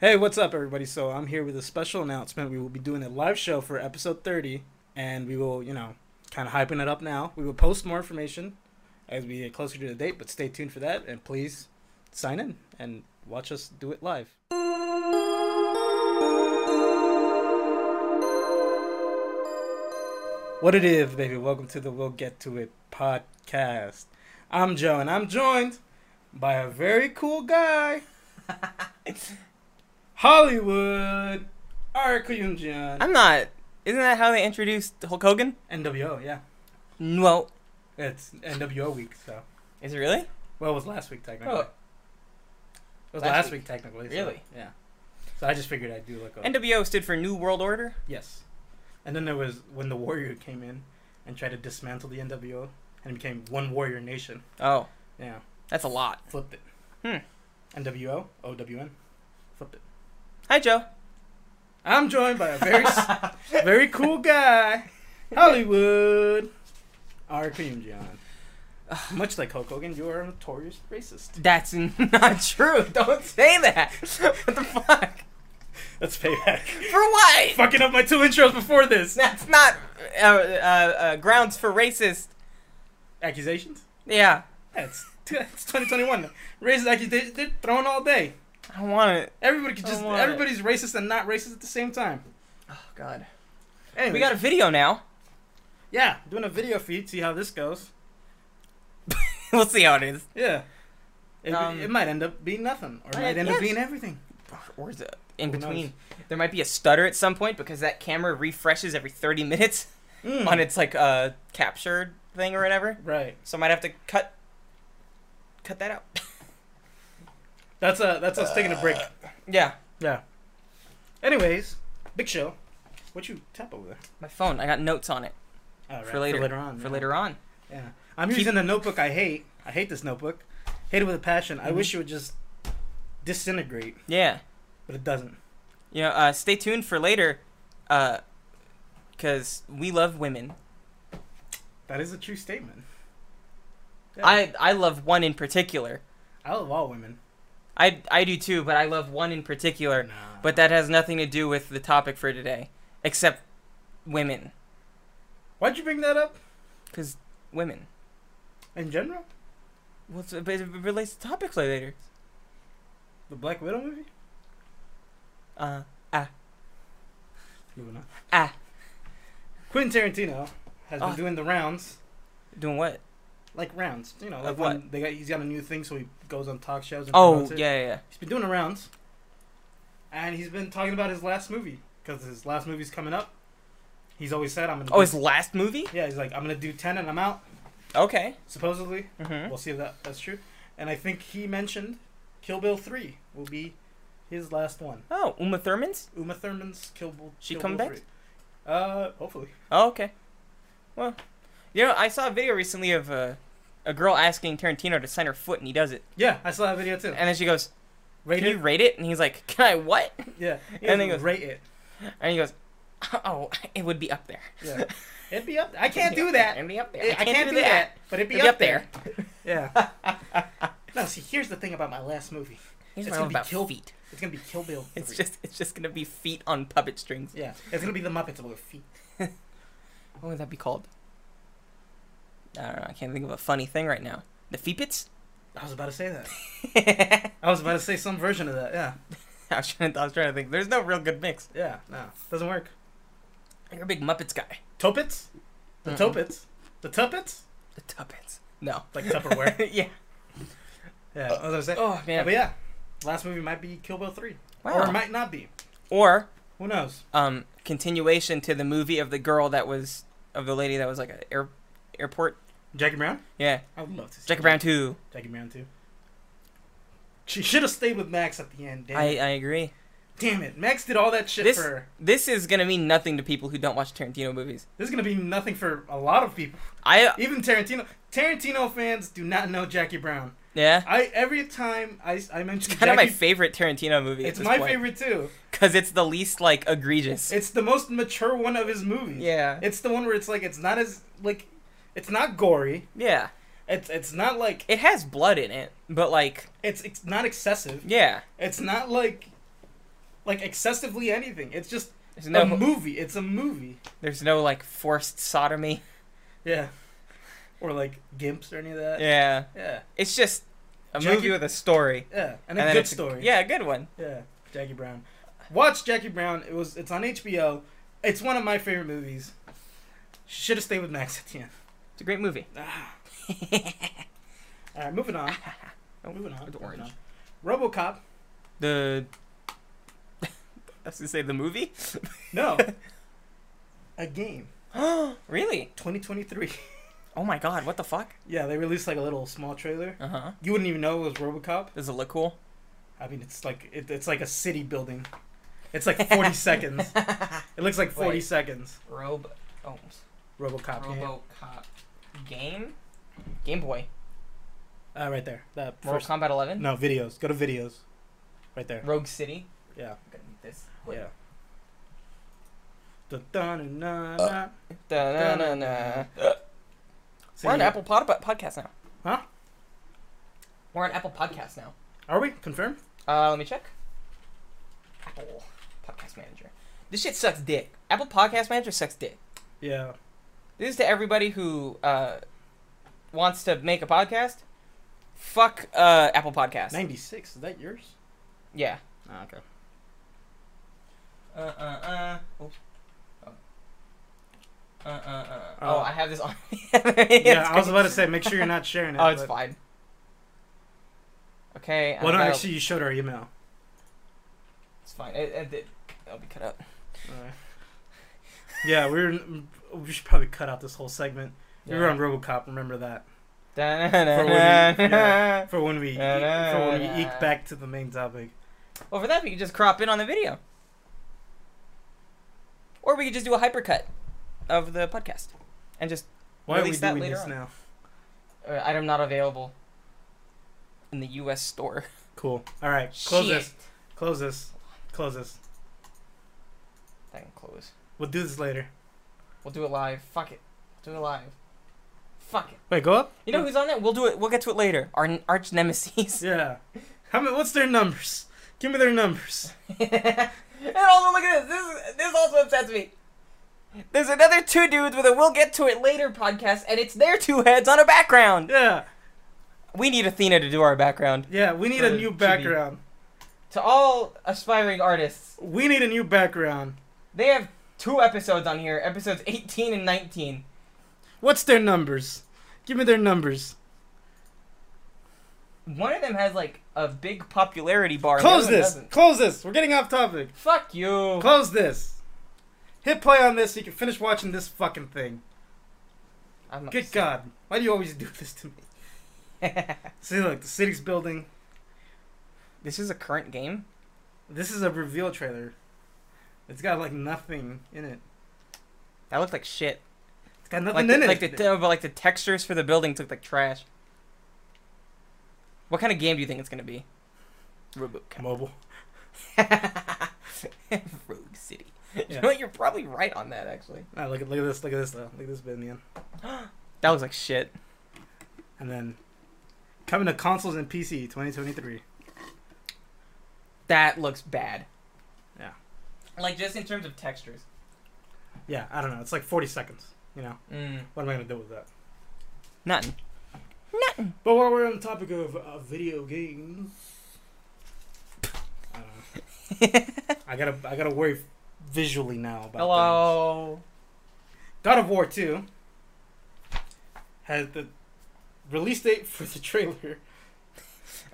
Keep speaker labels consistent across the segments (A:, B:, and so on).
A: Hey, what's up, everybody? So I'm here with a special announcement. We will be doing a live show for episode 30, and we will, you know, kind of hyping it up now. We will post more information as we get closer to the date, but stay tuned for that. And please sign in and watch us do it live. What it is, baby? Welcome to the We'll Get to It podcast. I'm Joe, and I'm joined by a very cool guy. Hollywood, R. Kim Jun,
B: I'm not. Isn't that how they introduced Hulk Hogan?
A: NWO. Yeah,
B: Well,
A: it's NWO week. So,
B: is it really?
A: well, it was last week technically.
B: Oh.
A: it was last,
B: Last
A: week. technically. so-
B: Really?
A: yeah. So I just figured I'd do like a
B: NWO stood for New World Order.
A: yes, and then there was when the Warrior came in and tried to dismantle the NWO and became one Warrior Nation.
B: Oh,
A: Yeah,
B: that's a lot.
A: flipped it.
B: Hmm.
A: NWO, OWN, flipped it.
B: Hi, Joe.
A: I'm joined by a very, s- very cool guy, Hollywood, R. Kim John. Much like Hulk Hogan, you are a notorious racist.
B: That's not true. Don't say that. what the fuck?
A: That's payback.
B: For what?
A: Fucking up my two intros before this.
B: That's not uh, uh, uh, grounds for racist.
A: Accusations?
B: Yeah,
A: That's it's 2021. Racist accusations, they're thrown all day.
B: I want it.
A: Everybody can just,
B: Come on.
A: everybody's racist and not racist at the same time.
B: Oh God.
A: Anyway,
B: We got a video now.
A: yeah, doing a video feed, see how this goes.
B: we'll see how it is.
A: Yeah. It,
B: Um,
A: it might end up being nothing, or it
B: I-
A: might end
B: yeah.
A: up being everything.
B: Or is it in
A: Who knows?
B: between? There might be a stutter at some point because that camera refreshes every 30 minutes
A: Mm.
B: on its like uh captured thing or whatever.
A: Right.
B: So I might have to cut cut that out.
A: That's uh that's us taking a break.
B: Yeah.
A: Yeah. Anyways, big show. What you tap over there?
B: My phone. I got notes on it
A: Oh, right,
B: for later.
A: For later on.
B: For
A: yeah.
B: later on.
A: Yeah. I'm
B: Keep-
A: using a notebook I hate. I hate this notebook. Hate it with a passion. I
B: Mm-hmm.
A: wish it would just disintegrate,
B: Yeah.
A: but it doesn't.
B: You know, uh, stay tuned for later, uh, because we love women.
A: That is a true statement. Yeah.
B: I I love one in particular.
A: I love all women.
B: I I do too, but I love one in particular.
A: Nah.
B: But that has nothing to do with the topic for today, except women,
A: why'd you bring that up
B: because women.
A: in general?
B: Well, it's- but it relates to topics later.
A: The Black Widow movie?
B: Uh,
A: Moving on.
B: Ah.
A: Quentin Tarantino has been
B: Oh.
A: doing the rounds.
B: doing what?
A: Like rounds, you know, like
B: Of
A: when they got he's got a new thing, so he goes on talk shows. And
B: Oh,
A: promotes it.
B: yeah, yeah, yeah.
A: He's been doing the rounds, and he's been talking about his last movie because his last movie's coming up. He's always said, "I'm gonna."
B: Oh,
A: do-
B: his last movie?
A: yeah, he's like, "I'm gonna do ten, and I'm out."
B: Okay.
A: Supposedly,
B: Mm-hmm.
A: we'll see if that that's true. And I think he mentioned Kill Bill three will be his last one.
B: Oh, Uma Thurman's?
A: Uma Thurman's Kill Bill.
B: She
A: Kill
B: come
A: Bill
B: back?
A: 3. Uh, hopefully.
B: Oh, okay. Well, you know, I saw a video recently of a, a girl asking Tarantino to sign her foot, and he does it.
A: Yeah, I saw that video too.
B: And then she goes,
A: Rate
B: "Can
A: it.
B: you rate it?" And he's like, "Can I what?"
A: yeah,
B: and then he goes-
A: rate it.
B: And he goes, "Oh, it would be up there."
A: Yeah, it'd be up. I can't do that.
B: It'd be up there.
A: I can't, do, that. But it'd be,
B: It'd
A: up, there. Yeah. no, see, here's the thing about my last movie.
B: Here's
A: It's
B: my
A: gonna
B: own
A: be
B: about
A: Kill-
B: feet.
A: It's gonna be Kill Bill.
B: It's
A: 3.
B: just it's just gonna be feet on puppet strings.
A: yeah. It's gonna be the Muppets with feet.
B: What would that be called? I don't know. I can't think of a funny thing right now. The feepits?
A: I was about to say that.
B: I
A: I was about to say some version of that. Yeah.
B: was trying. I was trying to think. There's no real good mix.
A: Yeah. No, doesn't work.
B: You're a big Muppets guy.
A: Topits. The
B: Mm-mm.
A: Topits. The Tuppets.
B: The Tuppets. No.
A: Like Tupperware.
B: yeah.
A: yeah. I was gonna say.
B: Oh man.
A: But yeah, last movie might be Kill Bill three,
B: Wow.
A: or it might not be.
B: or
A: Who knows?
B: um, continuation to the movie of the girl that was of the lady that was like a air, airport.
A: Jackie Brown.
B: Yeah,
A: I would love to. See
B: Jackie Brown too.
A: Jackie Brown too. She should have stayed with Max at the end. Damn,
B: I,
A: it.
B: I agree.
A: damn it! Max did all that shit
B: This-
A: for her.
B: This is gonna mean nothing to people who don't watch Tarantino movies.
A: This is gonna be nothing for a lot of people.
B: I
A: Even Tarantino. Tarantino fans do not know Jackie Brown.
B: yeah,
A: I every time I I mention
B: it's kind of my
A: Jackie,
B: favorite Tarantino movie.
A: it's my favorite too.
B: because it's the least like egregious.
A: It's the most mature one of his movies.
B: yeah,
A: It's the one where it's like it's not as like, it's not gory.
B: yeah.
A: It's it's not like
B: It has blood in it, but like
A: it's it's not excessive.
B: yeah,
A: It's not like like excessively anything. It's just
B: There's no,
A: a movie. It's a movie.
B: there's no like forced sodomy.
A: Yeah. Or like gimps or any of that.
B: Yeah,
A: Yeah.
B: it's just a
A: Uh, Jackie-
B: movie with a story.
A: Yeah. And
B: then
A: a good
B: it's
A: story.
B: yeah, a good one.
A: Yeah, Jackie Brown. Watch Jackie Brown. It was it's on HBO. It's one of my favorite movies. Should have stayed with Max at the end.
B: It's a great movie.
A: Ah. All right, moving on. Moving on.
B: It's
A: moving
B: orange.
A: on. RoboCop.
B: The I was gonna say the movie.
A: No. a game.
B: really?
A: 2023.
B: Oh my god! What the fuck?
A: yeah, they released like a little small trailer.
B: Uh huh.
A: You wouldn't even know it was RoboCop.
B: Does it look cool?
A: I mean, it's like it, it's like a city building. It's like 40 seconds. It looks like 40
B: Wait.
A: seconds.
B: Robo. Oh.
A: RoboCop. game.
B: RoboCop game. Game Boy.
A: Uh, right there. That
B: Mortal
A: first.
B: Kombat 11.
A: No videos. Go to videos. Right there.
B: Rogue City.
A: Yeah.
B: I'm gonna need this.
A: Yeah. Dun, dun, dun, dun,
B: Uh,
A: dun.
B: Da-na-na-na.
A: So
B: We're on
A: you-
B: Apple pod- Podcast now.
A: Huh?
B: We're on Apple Podcast now.
A: Are we confirmed?
B: Uh, let me check. Apple Podcast Manager. This shit sucks dick. Apple Podcast Manager sucks dick.
A: Yeah.
B: This is to everybody who uh, wants to make a podcast. Fuck uh, Apple Podcast.
A: Ninety six. Is that yours?
B: Yeah.
A: Ah, okay.
B: Uh uh uh. Oops. Oh. Uh, uh, uh.
A: Oh.
B: oh, I have this on.
A: Yeah, I was about to say. Make sure you're not sharing it.
B: Oh, it's
A: but-
B: fine. Okay.
A: Well, no,
B: that'll-
A: actually, you showed our email.
B: It's fine. It, it, it, will be cut out.
A: Alright. yeah, we were. We should probably cut out this whole segment. We were on RoboCop. Remember that
B: Uh, Yeah.
A: for when we
B: Da-da-da-da.
A: for when we eke back to the main topic.
B: Well, for that, we could just crop in on the video. Or we could just do a hypercut of the podcast. And just.
A: Why are we
B: Release that
A: doing
B: later
A: this
B: on.
A: now?
B: Uh, item not available in the U.S. store.
A: Cool. All right, close
B: Shit.
A: this. Close this. Close this.
B: That can close.
A: We'll do this later.
B: We'll do it live. Fuck it. Do it live. Fuck it.
A: Wait, go up.
B: You know who's on it? We'll do it. We'll get to it later. Our n- arch nemesis.
A: Yeah. How many? What's their numbers? Give me their numbers.
B: and also look at this. This is- this also upsets me. There's another two dudes with a "We'll get to it later" podcast, and it's their two heads on a background.
A: Yeah.
B: We need Athena to do our background.
A: Yeah. We need
B: For
A: a new
B: GB.
A: background.
B: To all aspiring artists,
A: We need a new background.
B: they have two episodes on here: episodes 18 and 19.
A: What's their numbers? Give me their numbers.
B: One of them has like a big popularity bar. and the
A: Close
B: other one
A: this.
B: doesn't.
A: Close this. We're getting off topic.
B: Fuck you.
A: Close this. Hit play on this so you can finish watching this fucking thing.
B: I'm not-
A: Good God. Why do you always do this to me? See, look, the city's building.
B: this is a current game.
A: This is a reveal trailer. It's got like nothing in it.
B: That looked like shit.
A: It's got
B: Like
A: nothing
B: the,
A: in it.
B: like the no, but like the textures for the buildings looked like trash. What kind of game do you think it's gonna be? Robo
A: Mobile.
B: Rogue City. You
A: Yeah.
B: know what? You're probably right on that actually.
A: Ah, look at look at this. Look at this though. Look at this bit in the end.
B: That looks like shit.
A: And then coming to consoles and PC 2023.
B: That looks bad.
A: Yeah.
B: Like just in terms of textures.
A: Yeah, I don't know. It's like 40 seconds. You know,
B: Mm.
A: what am I gonna do with that?
B: Nothing.
A: But while we're on the topic of uh, video games, I don't know. I gotta I gotta worry visually now about things.
B: Hello.
A: God of War 2 has the release date for the trailer.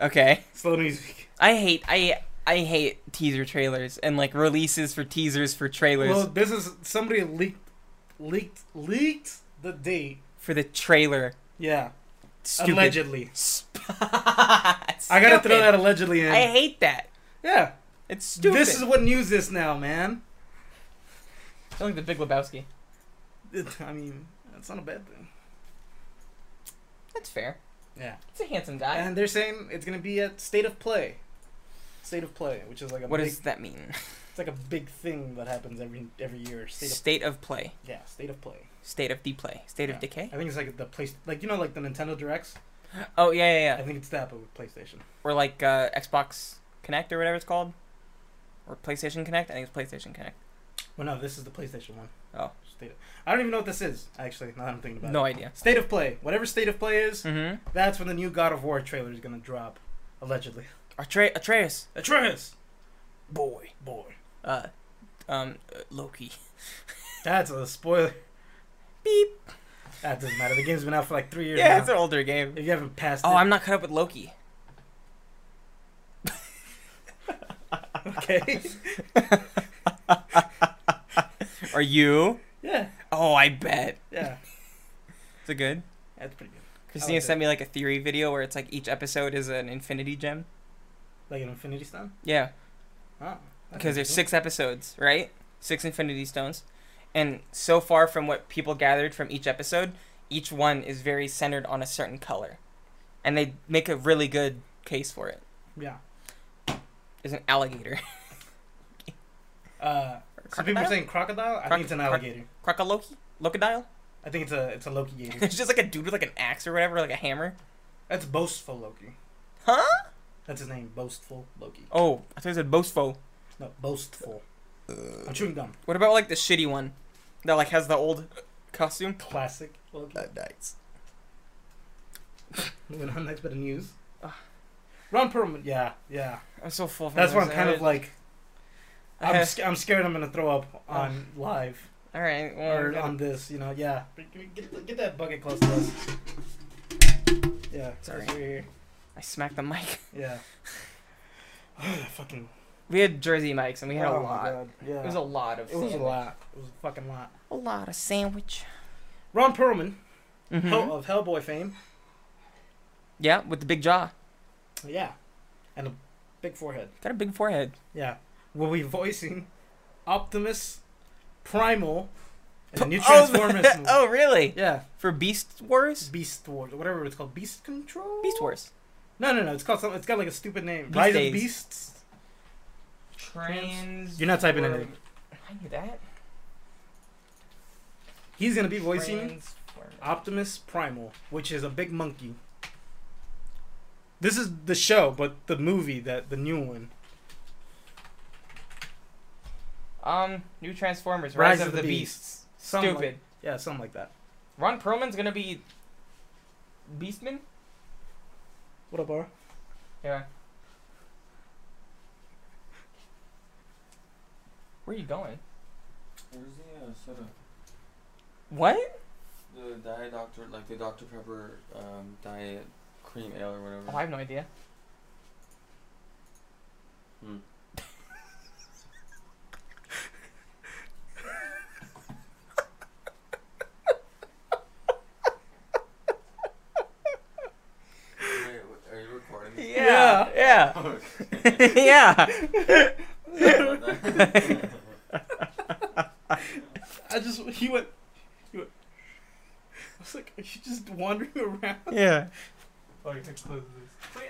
B: Okay.
A: Slow music.
B: I hate I I hate teaser trailers and like releases for teasers for trailers
A: Well, this is somebody leaked leaked leaked the date.
B: for the trailer.
A: Yeah,
B: Stupid.
A: allegedly.
B: Sp-
A: I gotta throw that allegedly in.
B: I hate that.
A: yeah,
B: It's stupid.
A: this is what news is now, man.
B: It's like the Big Lebowski.
A: It- I mean, that's not a bad thing.
B: That's fair.
A: Yeah.
B: It's a handsome guy.
A: and they're saying it's gonna be at State of Play. State of Play, which is like a
B: what
A: big,
B: does that mean?
A: it's like a big thing that happens every every year. State of
B: State of play.
A: yeah, State of Play.
B: State of deplay. State
A: Yeah.
B: of decay.
A: I think it's like the place, like you know, like the Nintendo Directs.
B: Oh yeah, yeah,
A: I
B: yeah.
A: think it's that, but with PlayStation.
B: Or like uh, Xbox Connect or whatever it's called. or PlayStation Connect. I think it's PlayStation Connect.
A: Well, no, this is the PlayStation one.
B: Oh.
A: State of- I don't even know what this is, actually, now that I'm thinking about
B: No
A: it.
B: idea.
A: State of Play. Whatever State of Play is,
B: Mm-hmm.
A: that's when the new God of War trailer is going to drop, allegedly.
B: Atre- Atreus,
A: Atreus!
B: boy,
A: Boy.
B: uh, um, uh, Loki.
A: That's a spoiler.
B: Beep.
A: That doesn't matter. The game's been out for like three years
B: Yeah,
A: now.
B: it's an older game.
A: If you haven't passed
B: Oh,
A: it.
B: I'm not caught up with Loki.
A: okay.
B: Are you?
A: yeah.
B: Oh, I bet.
A: Yeah.
B: Is it good?
A: That's pretty good.
B: Christina
A: liked
B: sent
A: it.
B: me like a theory video where it's like each episode is an infinity gem.
A: Like an Infinity Stone?
B: Yeah,
A: Oh. that's
B: because there's
A: interesting.
B: six episodes, right? Six infinity stones. And so far from what people gathered from each episode, each one is very centered on a certain color. And they make a really good case for it.
A: Yeah.
B: There's an alligator.
A: Uh, so people are
B: Crocodile?
A: saying crocodile. I
B: Croc-
A: think it's an
B: croc-
A: alligator.
B: Crocoloki? Locodile?
A: I think it's a it's a Loki gator.
B: There's just like a dude with like an axe or whatever, like a hammer.
A: That's boastful Loki.
B: Huh?
A: That's his name. Boastful Loki.
B: Oh, I thought it said boastful.
A: No, boastful. I'm chewing gum.
B: What about like the shitty one that like has the old costume?
A: Classic Loki.
B: Uh, nice.
A: Moving on next bit of news.
B: Ah.
A: Ron Perlman. Yeah, yeah.
B: I'm so full. From
A: That's
B: what
A: why I'm kind of like
B: Uh,
A: I'm, sc- I'm scared I'm gonna throw up on live
B: All right. Well,
A: or
B: we gotta-
A: on this. You know, yeah. Get, get- get that bucket close to us. Yeah. it's
B: Sorry.
A: right here.
B: I smacked the mic.
A: Yeah. Fucking.
B: We had jersey mics and we had
A: oh
B: a
A: my
B: lot.
A: God, Yeah.
B: It was a lot of.
A: It was a
B: sandwich.
A: lot. It was a fucking lot.
B: A lot of sandwich.
A: Ron Perlman
B: Mm-hmm.
A: Hell- of Hellboy fame.
B: Yeah, with the big jaw.
A: Yeah. And a big forehead.
B: Got a big forehead.
A: Yeah. Will be voicing Optimus Primal in the new
B: Oh,
A: Transformers
B: the-
A: movie.
B: oh, really?
A: Yeah.
B: For Beast Wars?
A: Beast Wars. Whatever it's called. Beast Control?
B: Beast Wars.
A: No, no, no. It's called something. It's got like a stupid name.
B: Beast
A: Rise
B: Days.
A: of Beasts.
B: Trans.
A: You're not typing anything.
B: I knew that.
A: He's going to be voicing
B: Transformers.
A: Optimus Primal, which is a big monkey. This is the show, but the movie, that the new one.
B: Um, new Transformers: Rise, of, the, Beasts.
A: Something like-
B: Stupid.
A: yeah, something like that.
B: Ron Perlman's gonna be Beastman.
A: What up, R?
B: Yeah. Where are you going?
C: Where's the uh, soda?
B: What?
C: The diet doctor, like the Dr Pepper um, diet cream ale or whatever.
B: Oh, I have no idea.
C: Hmm. Wait, wait, are you recording? this?
A: Yeah.
B: Yeah.
C: Okay.
B: Yeah. yeah.
C: Sorry about that.
A: I just he went. He went. I was like, are you just wandering around? Oh, you can close this.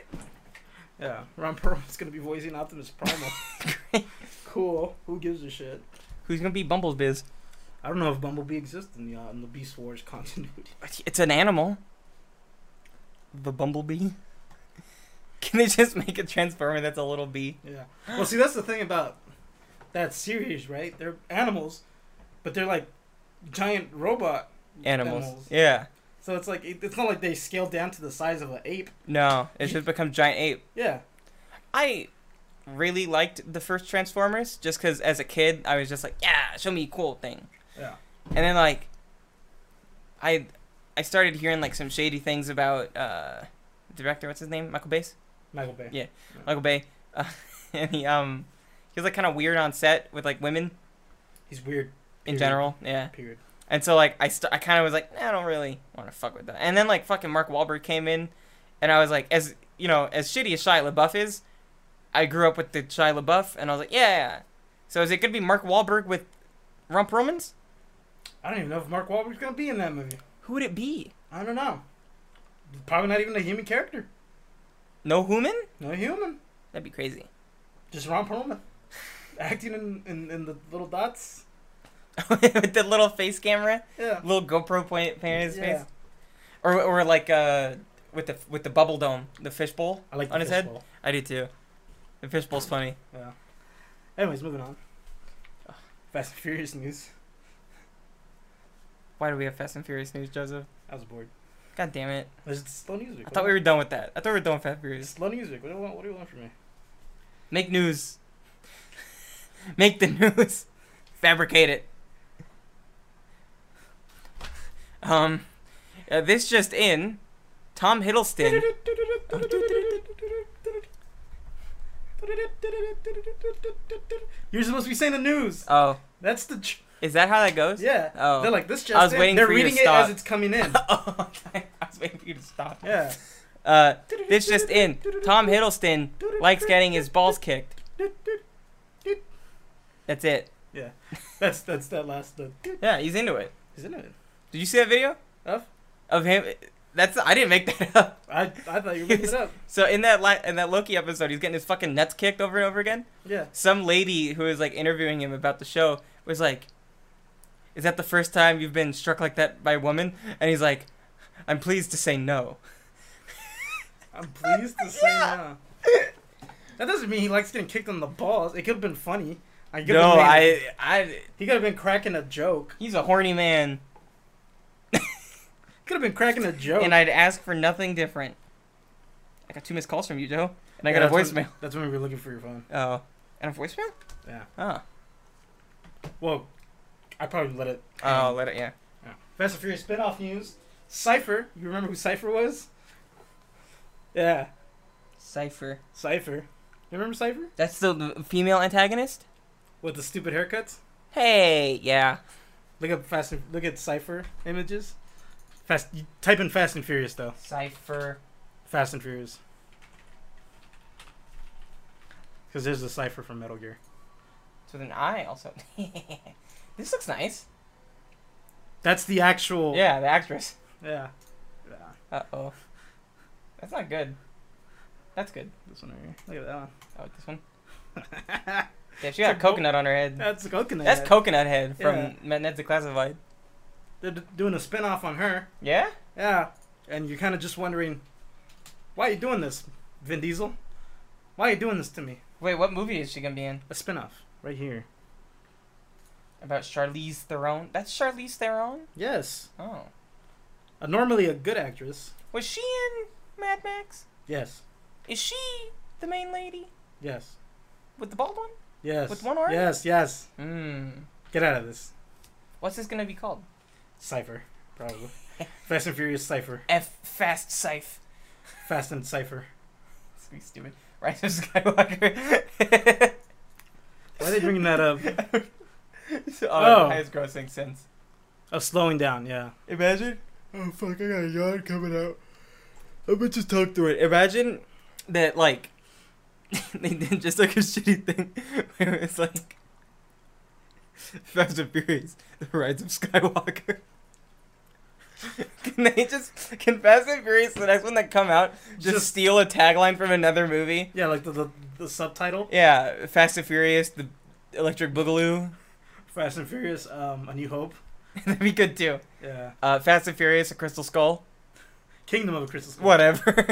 A: Yeah, Ron Perlman's gonna be voicing Optimus Primal. cool. Who gives a shit?
B: Who's gonna be Bumblebiz?
A: I don't know if Bumblebee exists in the uh, in the Beast Wars continuity.
B: It's an animal. The bumblebee. Can they just make a transformer that's a little bee?
A: Yeah. Well, see, that's the thing about that series, right? They're animals, but they're like giant robot
B: Animals. Yeah.
A: So it's like it- it's not like they scaled down to the size of an ape.
B: No, it just becomes giant ape.
A: Yeah.
B: I really liked the first Transformers just because as a kid I was just like, yeah, show me a cool thing.
A: Yeah.
B: And then like, I I started hearing like some shady things about uh, director what's his name Michael Bay.
A: Michael Bay.
B: Yeah. Michael Bay, uh, and he um he was like kind of weird on set with like women
A: He's weird.
B: in
A: Period.
B: general. Yeah.
A: Period.
B: And so like I st- I kind of was like, nah, I don't really want to fuck with that. And then like fucking Mark Wahlberg came in, and I was like, as you know, as shitty as Shia LaBeouf is, I grew up with the Shia LaBeouf, and I was like, yeah. So is it gonna be Mark Wahlberg with Rump Romans?
A: I don't even know if Mark Wahlberg's gonna be in that movie.
B: Who would it be?
A: I don't know. Probably not even a human character.
B: No human?
A: No human.
B: That'd be crazy.
A: Just Ron Perlman acting in, in, in the little dots.
B: with the little face camera,
A: Yeah.
B: little GoPro point pan in his
A: Yeah.
B: face, or or like uh with the with the bubble dome, the fishbowl
A: I like
B: on his head.
A: fishbowl.
B: I do too. The fishbowl's funny.
A: Yeah. Anyways, moving on. Fast and Furious news.
B: Why do we have Fast and Furious news, Joseph?
A: I was bored.
B: God damn it.
A: This is slow news week.
B: I thought we were done with that. I thought we were done with Fast and Furious.
A: slow news week. What do you want? What do you want from me?
B: Make news. Make the news. Fabricate it. Um, uh, this just in. Tom Hiddleston.
A: You're supposed to be saying the news.
B: Oh,
A: That's the tr-
B: is that how that goes?
A: yeah.
B: Oh.
A: They're like this just.
B: I was
A: in.
B: waiting
A: They're
B: for you to
A: reading it
B: stop.
A: as it's coming in.
B: oh, I was waiting for you to stop.
A: Yeah.
B: Uh, this just in. Tom Hiddleston likes getting his balls kicked. That's it.
A: That's that's that last. The,
B: Yeah, he's into it.
A: is in it?
B: Did you see that video
A: Of?
B: of him? That's I didn't make that up.
A: I I thought you were making it up.
B: So in that li- in that Loki episode, he's getting his fucking nuts kicked over and over again.
A: Yeah.
B: Some lady who was like interviewing him about the show was like, "Is that the first time you've been struck like that by a woman?" And he's like, "I'm pleased to say no."
A: I'm pleased to say now. That doesn't mean he likes getting kicked on the balls. It could have been funny. I could've
B: No,
A: made-
B: I I
A: He could have been cracking a joke.
B: he's a horny man,
A: Could have been cracking a joke.
B: and I'd ask for nothing different. I got two missed calls from you, Joe, and I
A: Yeah,
B: got a
A: that's when-
B: voicemail.
A: that's when we were looking for your phone.
B: Oh, and a voicemail?
A: Yeah.
B: Oh,
A: Well, I probably let it.
B: oh, let it. Yeah.
A: Yeah. Fast and Furious spinoff news. Cipher. You remember who Cipher was? Yeah,
B: Cipher.
A: Cipher. You remember Cipher
B: That's the- the female antagonist.
A: with the stupid haircuts?
B: Hey, yeah.
A: Look up Fast. And, look at Cipher images. Fast. You type in Fast and Furious though.
B: Cipher.
A: Fast and Furious. Because there's the Cipher from Metal Gear.
B: It's with an I also. this looks nice.
A: That's the actual.
B: Yeah, the actress.
A: Yeah. Yeah.
B: Uh oh. That's not good. That's good.
A: This one right here. Look at that one.
B: Oh, this one.
A: That's
B: Yeah, she got a
A: a bo-
B: coconut on her head.
A: That's coconut.
B: That's coconut head from
A: Yeah.
B: yeah. Ned's Classified.
A: They're d- doing a spin off on her.
B: Yeah?
A: Yeah. And you're kind of just wondering, why are you doing this, Vin Diesel? Why are you doing this to me?
B: Wait, what movie is she gonna be in?
A: A spin off right here.
B: About Charlize Theron? That's Charlize Theron?
A: Yes.
B: Oh.
A: Uh, normally a good actress.
B: Was she in Mad Max?
A: Yes.
B: Is she the main lady?
A: Yes.
B: With the bald one?
A: Yes.
B: With one arm?
A: Yes, yes.
B: Hmm.
A: Get out of this.
B: What's this gonna be called?
A: Cypher, probably. Fast and Furious Cypher.
B: F Fast Scythe.
A: Fast and Cypher.
B: It's gonna be stupid. Rise of Skywalker.
A: Why are they bringing that up?
B: So,
A: Oh.
B: highest grossing since.
A: Of slowing down, yeah.
B: Imagine. Oh fuck! I got a yawn coming out. I'm gonna just talk through it. Imagine that, like, they did just like a shitty thing where it's like Fast and Furious, The Rise of Skywalker. can they just can Fast and Furious the next one that come out just,
A: Just-
B: steal a tagline from another movie?
A: Yeah, like the, the, the subtitle.
B: Yeah, Fast and Furious, The Electric Boogaloo.
A: Fast and Furious, um, A New Hope.
B: That'd be good too.
A: Yeah.
B: Uh, Fast and Furious, A Crystal Skull.
A: Kingdom of a Crystal Skull.
B: Whatever.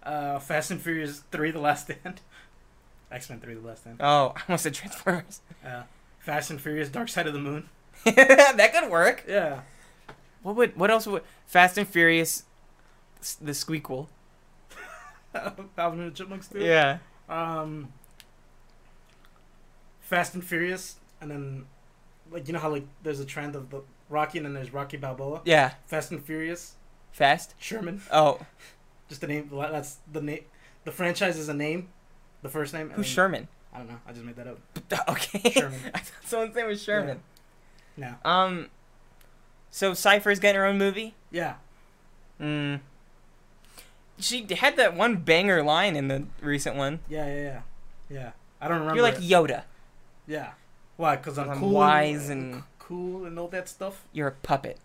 A: yeah. Uh, Fast and Furious 3 The Last Stand. X Men 3 The Last Stand.
B: Oh, I almost said Transformers.
A: Uh, Fast and Furious Dark Side of the Moon.
B: that could work.
A: Yeah.
B: What would? What else would? Fast and Furious, s- the squeakquel.
A: Alvin and the Chipmunks 2.
B: Yeah.
A: Um, Fast and Furious, and then, like, you know how, like, there's a trend of the Rocky and then there's Rocky Balboa?
B: Yeah.
A: Fast and Furious,
B: Fast.
A: Sherman.
B: Oh,
A: Just the name. That's the name. The franchise is a name. The first name. and
B: who's
A: then-
B: Sherman?
A: I don't know. I just made that up.
B: Okay.
A: Sherman.
B: I thought someone's name was Sherman.
A: No.
B: Um. So Cypher's getting her own movie.
A: Yeah.
B: Hmm.
A: Mm.
B: She d- had that one banger line in the recent one.
A: Yeah. Yeah. Yeah. Yeah. I don't remember.
B: You're like
A: it.
B: Yoda.
A: yeah. Why? Because I'm,
B: I'm
A: cool.
B: wise
A: and,
B: and-
A: cool and all that stuff
B: You're a puppet.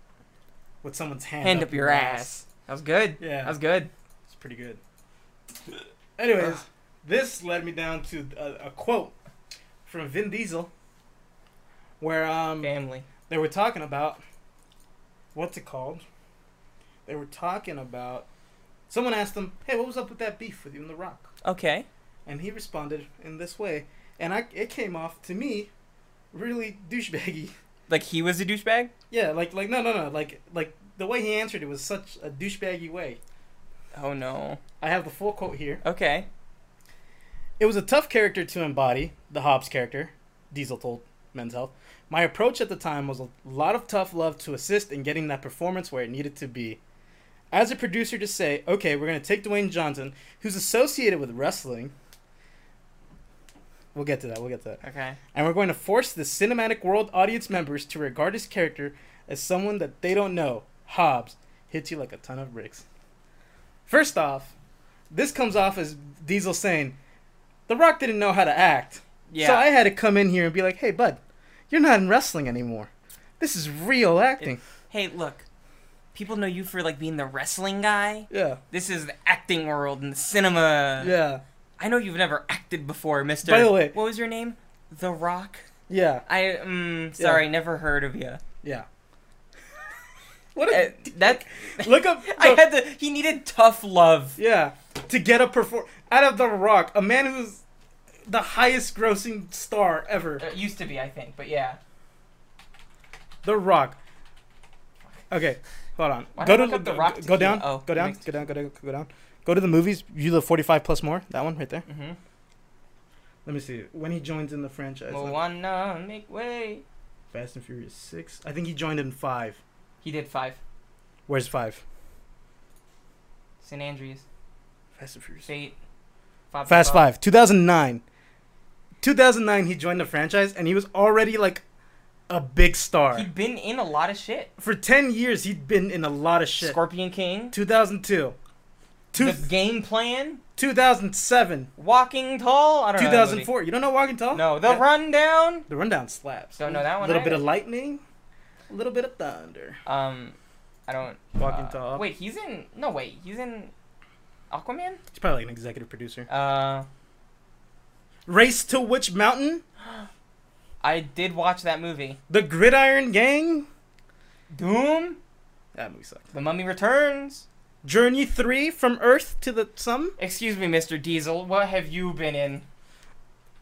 A: with someone's hand.
B: Hand up your ass. That was good.
A: Yeah.
B: That was good.
A: It's pretty good. Anyways, this led me down to a, a quote from Vin Diesel, where um
B: Family.
A: they were talking about what's it called? They were talking about someone asked them, "Hey, what was up with that beef with you and The Rock?"
B: Okay.
A: And he responded in this way: and I it came off to me really douchebaggy.
B: Like he was a douchebag.
A: Yeah, like like no no no like like the way he answered it was such a douchebaggy way.
B: Oh no.
A: I have the full quote here.
B: Okay.
A: It was a tough character to embody, the Hobbs character, Diesel told Men's Health. My approach at the time was a lot of tough love to assist in getting that performance where it needed to be. As a producer, to say, okay, we're going to take Dwayne Johnson, who's associated with wrestling. We'll get to that, we'll get to that.
B: Okay.
A: And we're going to force the cinematic world audience members to regard his character as someone that they don't know. Hobbs hits you like a ton of bricks. First off, this comes off as Diesel saying, The Rock didn't know how to act.
B: Yeah.
A: So I had to come in here and be like, hey, bud, you're not in wrestling anymore. This is real acting.
B: hey, look. People know you for like being the wrestling guy.
A: yeah.
B: This is the acting world and the cinema.
A: Yeah.
B: I know you've never acted before, Mister.
A: By the way-
B: what was your name? The Rock.
A: Yeah.
B: I um sorry, never heard of you.
A: Yeah. what a.
B: Uh, that
A: look up.
B: I
A: the-
B: had the he needed tough love.
A: Yeah, to get a perform out of The Rock, a man who's the highest grossing star ever.
B: It used to be, I think, but yeah.
A: The Rock. Okay, hold on.
B: Why
A: Go
B: do I
A: to
B: look up The
A: go-
B: Rock
A: go,
B: tequila?
A: down.
B: Oh,
A: go
B: it
A: down.
B: makes-
A: Go down. Go down. Go down. Go to the movies. View the forty-five plus more. That one right there.
B: Mm-hmm.
A: Let me see when he joins in the franchise. let-
B: Moana, uh, make way.
A: Fast and Furious six. I think he joined in five.
B: He did five.
A: Where's five?
B: St. Andrews,
A: Fast and Furious.
B: Fate, Five.
A: Fast Five, 2009. 2009, he joined the franchise, and he was already like a big star.
B: He'd been in a lot of shit.
A: For 10 years, he'd been in a lot of shit.
B: Scorpion King,
A: 2002. Two,
B: The Game Plan,
A: 2007.
B: Walking Tall. I don't know. that movie.
A: 2004. You don't know Walking Tall?
B: No, The
A: Yeah.
B: Rundown.
A: The Rundown slaps.
B: Don't know that
A: A
B: one
A: little bit
B: either.
A: of lightning, a little bit of thunder.
B: Um, I don't.
A: Walking
B: uh,
A: Tall.
B: Wait, he's in. No, wait, he's in. Aquaman.
A: He's probably like an executive producer.
B: Uh,
A: Race to Witch Mountain?
B: I did watch that movie.
A: The Gridiron Gang?
B: Doom.
A: That movie sucked.
B: The Mummy Returns.
A: Journey 3 from Earth to the Sun?
B: Excuse me, Mr. Diesel. What have you been in?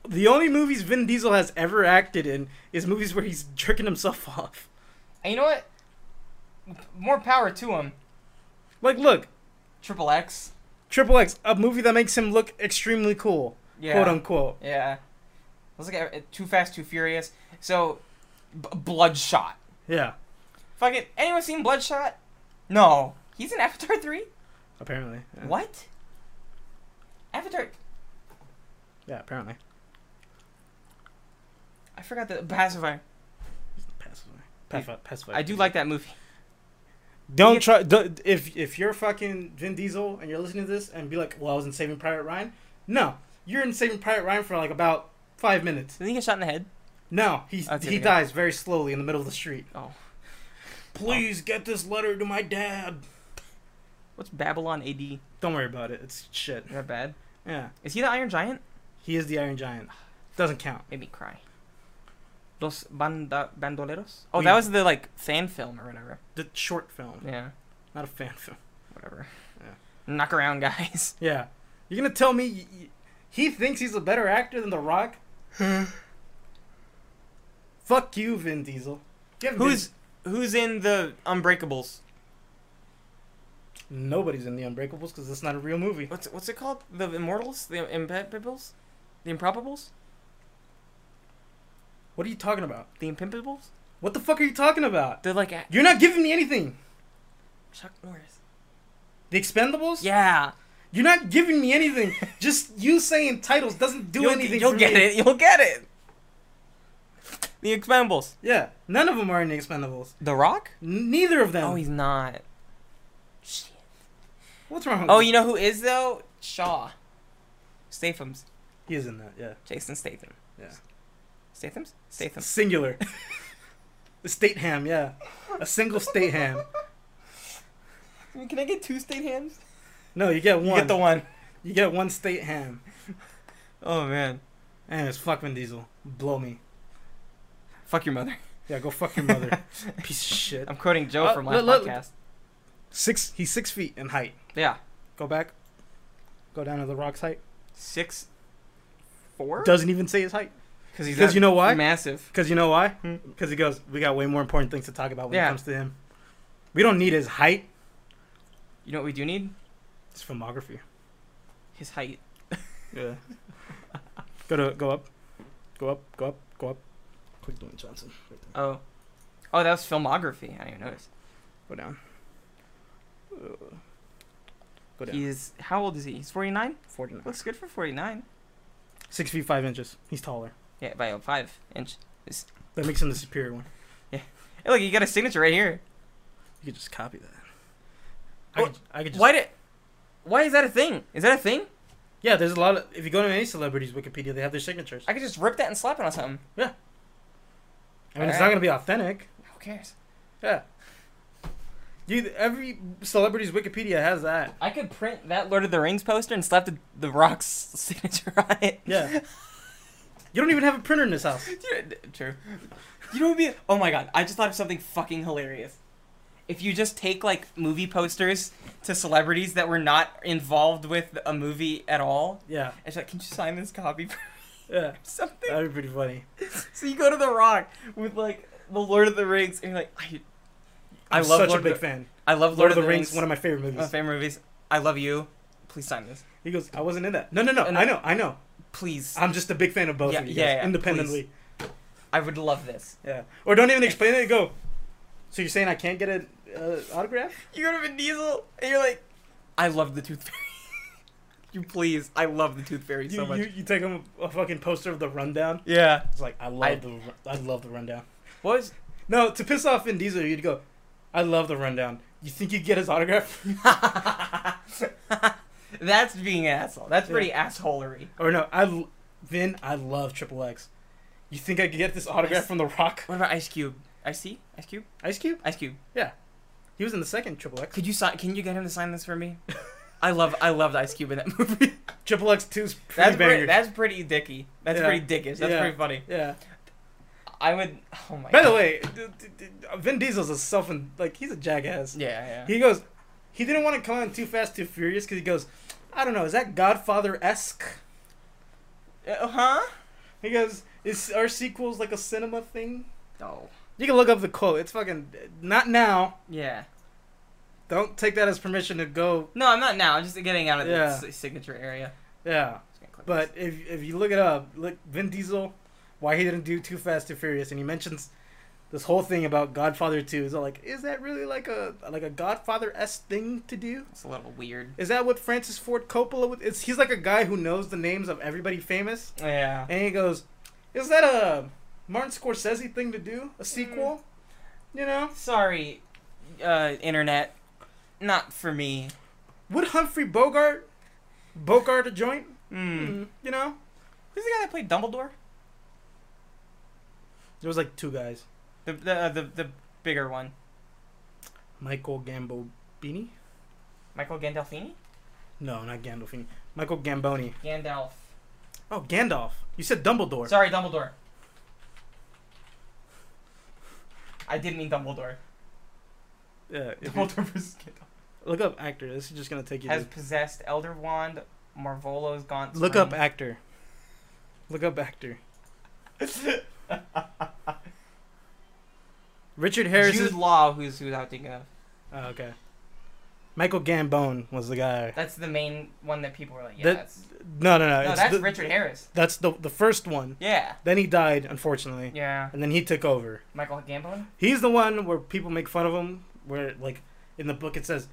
A: The only movies Vin Diesel has ever acted in is movies where he's jerking himself off.
B: And you know what? More power to him.
A: Like, look,
B: Triple X.
A: Triple X, a movie that makes him look extremely cool,
B: Yeah.
A: quote unquote.
B: Yeah. Let's look at it. Too Fast, Too Furious. So, b- Bloodshot.
A: Yeah,
B: Fuck it. Anyone seen Bloodshot? No. He's in Avatar 3?
A: apparently. Yeah.
B: What? Avatar.
A: Yeah, apparently.
B: I forgot the pacifier.
A: Pacifier. Pacif- Pacifier.
B: I do like that movie.
A: Don't try. do if if you're fucking Vin Diesel and you're listening to this and be like, "Well, I was in Saving Private Ryan," no, you're in Saving Private Ryan for like about five minutes.
B: Did he get shot in the head?
A: No, he
B: That's
A: he
B: it, yeah.
A: dies very slowly in the middle of the street.
B: Oh.
A: Please get this letter to my dad.
B: What's Babylon AD? Is
A: Don't worry about it. It's shit.
B: that bad?
A: Yeah.
B: Is he the Iron Giant?
A: He is the Iron Giant. Doesn't count.
B: Made me cry. Los banda- Bandoleros? Oh,
A: We-
B: that was the, like, fan film or whatever.
A: The short film,
B: Yeah.
A: not a fan film.
B: Whatever.
A: Yeah.
B: Knock around, guys.
A: Yeah. You're gonna tell me y- y- he thinks he's a better actor than The Rock? Fuck you, Vin Diesel. Give Vin-
B: Who's who's in the Unbreakables?
A: nobody's in the Unbreakables because it's not a real movie.
B: What's what's it called? The Immortals? The Impimpables? The Improbables?
A: What are you talking about?
B: The Impimpables?
A: What the fuck are you talking about?
B: They're like a-
A: You're not giving me anything.
B: Chuck Norris.
A: The Expendables?
B: Yeah.
A: You're not giving me anything. Just you saying titles doesn't do
B: you'll
A: anything.
B: you'll
A: for
B: get
A: me.
B: it. You'll get it. The Expendables.
A: Yeah. None of them are in the Expendables.
B: The Rock?
A: N- Neither of them.
B: Oh, he's not. Shit.
A: What's wrong? With
B: Oh,
A: you?
B: you know who is though? Shaw. Statham's.
A: he is in that. Yeah.
B: Jason Statham.
A: Yeah.
B: Statham's? Statham.
A: Singular. the state ham, yeah. A single state ham.
B: Can I get two state hams?
A: No, you get one.
B: You get the one.
A: You get one state ham.
B: Oh man.
A: And it's fuck Vin Diesel. Blow me.
B: Fuck your mother.
A: Yeah, go fuck your mother. Piece of shit.
B: I'm quoting Joe
A: Uh,
B: from
A: let-
B: last
A: let-
B: podcast.
A: Six. He's six feet in height.
B: Yeah.
A: Go back. Go down to the rock's height.
B: Six four?
A: Doesn't even say his height.
B: Because he's
A: 'Cause
B: that
A: you know why?
B: massive.
A: Because you know why?
B: Hmm.
A: Because he goes, we got way more important things to talk about when
B: Yeah.
A: it comes to him. We don't need his height.
B: You know what we do need?
A: It's filmography.
B: His height.
A: Yeah. go to go up, go up, go up, go up. Quick, Dwayne Johnson. Right there.
B: Oh, oh, that was filmography. I didn't even notice.
A: Go down. Uh, go down.
B: He's how old is he? He's forty nine.
A: Forty nine.
B: Looks good for forty nine.
A: Six feet five inches. He's taller.
B: Yeah, by about five inch.
A: That makes him the superior one.
B: Hey, look, you got a signature right here.
A: You could just copy that. I
B: Well,
A: could, I could just.
B: Why did? Why is that a thing? Is that a thing?
A: Yeah, there's a lot of. If you go to any celebrities' Wikipedia, they have their signatures.
B: I could just rip that and slap it on something.
A: I mean, it's
B: Alright.
A: not gonna be authentic.
B: Who cares?
A: Yeah. You every celebrity's Wikipedia has that.
B: I could print that Lord of the Rings poster and slap the, the Rock's signature on it.
A: Yeah. you don't even have a printer in this house.
B: Dude, true. You know what would be? Oh my god! I just thought of something fucking hilarious. If you just take like movie posters to celebrities that were not involved with a movie at all,
A: Yeah.
B: and she's like, "Can you sign this copy for
A: Yeah.
B: something?"
A: That'd be pretty funny.
B: So you go to The Rock with like the Lord of the Rings, and you're like, "I, I
A: I'm
B: love
A: such
B: Lord
A: a
B: of
A: big
B: the-
A: fan.
B: I love
A: Lord, of the, Rings, one of my favorite
B: my
A: movies.
B: favorite movies. I love you. Please sign this.
A: He goes, I wasn't in that. No, no, no.
B: And-
A: I know, I know.
B: Please,
A: I'm just a big fan of both
B: Yeah,
A: of you
B: yeah,
A: guys,
B: yeah,
A: independently.
B: I would love this."
A: Yeah. Or don't even explain it. Go. So you're saying I can't get an uh, autograph?
B: You go to Vin Diesel, and you're like, "I love the Tooth Fairy." you please, I love the Tooth Fairy
A: You,
B: so much.
A: you, you take him a, fucking poster of the rundown.
B: yeah.
A: It's like I love
B: I-
A: the Ru- I love the rundown.
B: What was
A: No, to piss off Vin Diesel, you'd go, I love the rundown. You think you'd get his autograph?
B: That's being an asshole. That's
A: Yeah.
B: pretty assholery.
A: Or no, I l- Vin, I love Triple X. You think I could get this autograph from The Rock?
B: What about Ice Cube? Ice T? Ice Cube?
A: Ice Cube?
B: Ice Cube.
A: He was in the second Triple X.
B: Could you sign? Can you get him to sign this for me? I love I loved Ice Cube in that movie.
A: Triple X 2's pretty
B: That's
A: banger.
B: pretty, that's pretty dicky. That's
A: Yeah.
B: pretty dickish. That's
A: Yeah.
B: pretty funny.
A: yeah.
B: I would. Oh my.
A: By
B: God.
A: the way, d- d- d- Vin Diesel's a self and like he's a jackass.
B: Yeah, yeah.
A: He goes, he didn't want to come on Too Fast Too Furious because he goes, I don't know, is that Godfather esque?
B: Uh, huh?
A: He goes, is are sequels like a cinema thing?
B: No.
A: You can look up the quote. It's fucking not now.
B: Yeah.
A: Don't take that as permission to go.
B: No, I'm not now. I'm just getting out of
A: Yeah.
B: the s- signature area.
A: Yeah,
B: Just gonna click
A: but if if you look it up, look Vin Diesel, why he didn't do Too Fast Too Furious, and he mentions. This whole thing about Godfather 2 is like, is that really like a like a Godfather esque thing to do?
B: this. it's a little weird.
A: Is that what Francis Ford Coppola would? It's, he's like a guy who knows the names of everybody famous,
B: Yeah.
A: and he goes, "Is that a Martin Scorsese thing to do? A sequel? You know?"
B: Sorry, uh, internet. Not for me.
A: Would Humphrey Bogart Bogart a joint?
B: Mm.
A: Mm, You know?
B: Who's the guy that played Dumbledore?
A: There was like two guys,
B: The the uh, the, the bigger one,
A: Michael Gambobini.
B: Michael Gandolfini.
A: No, not Gandolfini. Michael Gamboni.
B: Gandalf.
A: Oh, Gandalf. You said Dumbledore.
B: Sorry, Dumbledore. I did mean Dumbledore.
A: Yeah. if you-
B: Dumbledore versus Gandalf.
A: Look up actor. This is just gonna take you.
B: Has
A: To,
B: possessed Elder Wand, Marvolo's Gaunt.
A: look up actor. Look up actor. Richard Harris is
B: Jude Law, who's who's I was thinking of.
A: Oh, okay. Michael Gambone was the guy.
B: That's the main one that uh, people were like, yeah,
A: That-
B: that's.
A: No, no, no.
B: No,
A: it's
B: that's
A: the,
B: Richard Harris.
A: That's the the first one.
B: Yeah.
A: Then he died, unfortunately,
B: Yeah.
A: and then he took over.
B: Michael Gambon.
A: He's the one where people make fun of him. Where like in the book it says,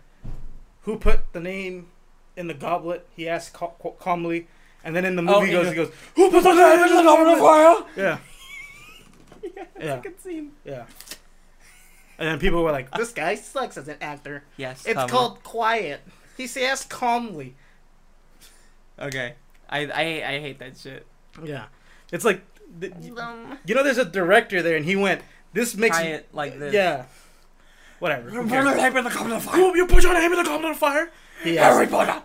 A: "Who put the name in the goblet?" He asked cal- cal- calmly, and then in the
B: Oh,
A: movie he
B: and
A: goes, he
B: you-
A: goes, "Who put the name in the goblet?"
B: fire.
A: Yeah, Yeah.
B: yeah. Good scene.
A: yeah. And then people were like, "This guy sucks as an actor."
B: Yes.
A: It's called quiet. He says calmly.
B: Okay. I, I I hate that shit.
A: Yeah, it's like th- you know, there's a director there, and he went, "This makes
B: Try it like this.
A: yeah, whatever." Who cares?
B: name in the Goblet of
A: Who- you put your name in the goblet of fire. He asked-
B: Potter.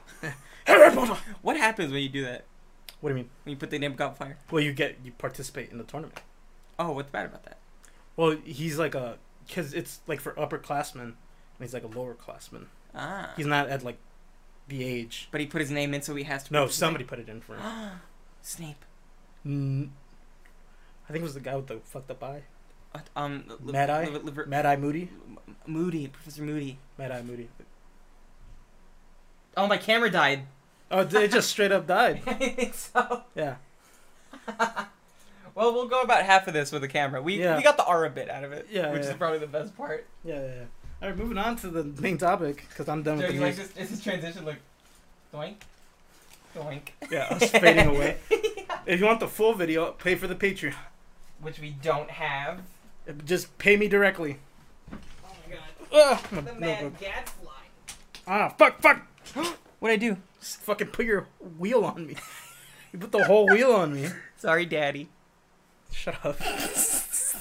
A: Harry Potter.
B: What happens when you do that?
A: What do you mean?
B: When you put the name of Goblet of Fire?
A: Well, you get you participate in the tournament.
B: Oh, what's bad about that?
A: Well, he's like a because it's like for upperclassmen, and he's like a lower classman.
B: Ah.
A: He's not at like the age.
B: but he put his name in, so he has to.
A: No,
B: put his name-
A: somebody put it in for him.
B: Snape.
A: Mm, I think it was the guy with the fucked up eye.
B: Uh, Um, Li-
A: Mad Eye?
B: Li- Liber-
A: Mad Eye Moody.
B: M- Moody, Professor Moody.
A: Mad Eye Moody.
B: Oh, my camera died.
A: Oh, d- it just straight up died.
B: I think so.
A: Yeah.
B: Well, we'll go about half of this with a camera. We
A: Yeah.
B: we got the aura bit out of it,
A: Yeah,
B: which
A: yeah.
B: is probably the best part.
A: Yeah, yeah, yeah. All right, moving on to the main topic because I'm done
B: Joe,
A: with the
B: you like
A: news.
B: this, this is transition like doink, doink,
A: Yeah, I was fading away. If you want the full video, pay for the Patreon.
B: which we don't have.
A: Just pay me directly.
B: Oh my god,
A: Ugh, my
B: the
A: notebook.
B: mad gadfly.
A: Ah, fuck, fuck!
B: What'd I do?
A: Just fucking put your wheel on me. You put the whole wheel on me.
B: Sorry, Daddy.
A: Shut up. Let's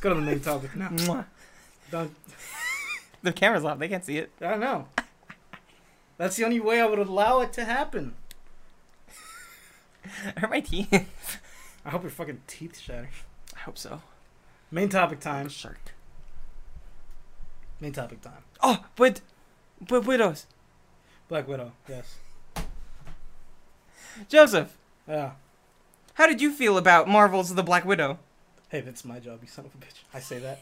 A: go to the main topic now.
B: Mwah.
A: Don't-
B: The camera's off. They can't see it.
A: I don't know. That's the only way I would allow it to happen.
B: I hurt my teeth.
A: I hope your fucking teeth shatter.
B: I hope so.
A: Main topic time.
B: shark.
A: Main topic time.
B: Oh, but, but widows.
A: Black Widow. Yes.
B: Joseph,
A: Yeah.
B: how did you feel about Marvel's The Black Widow?
A: Hey, that's my job. You son of a bitch. I say that.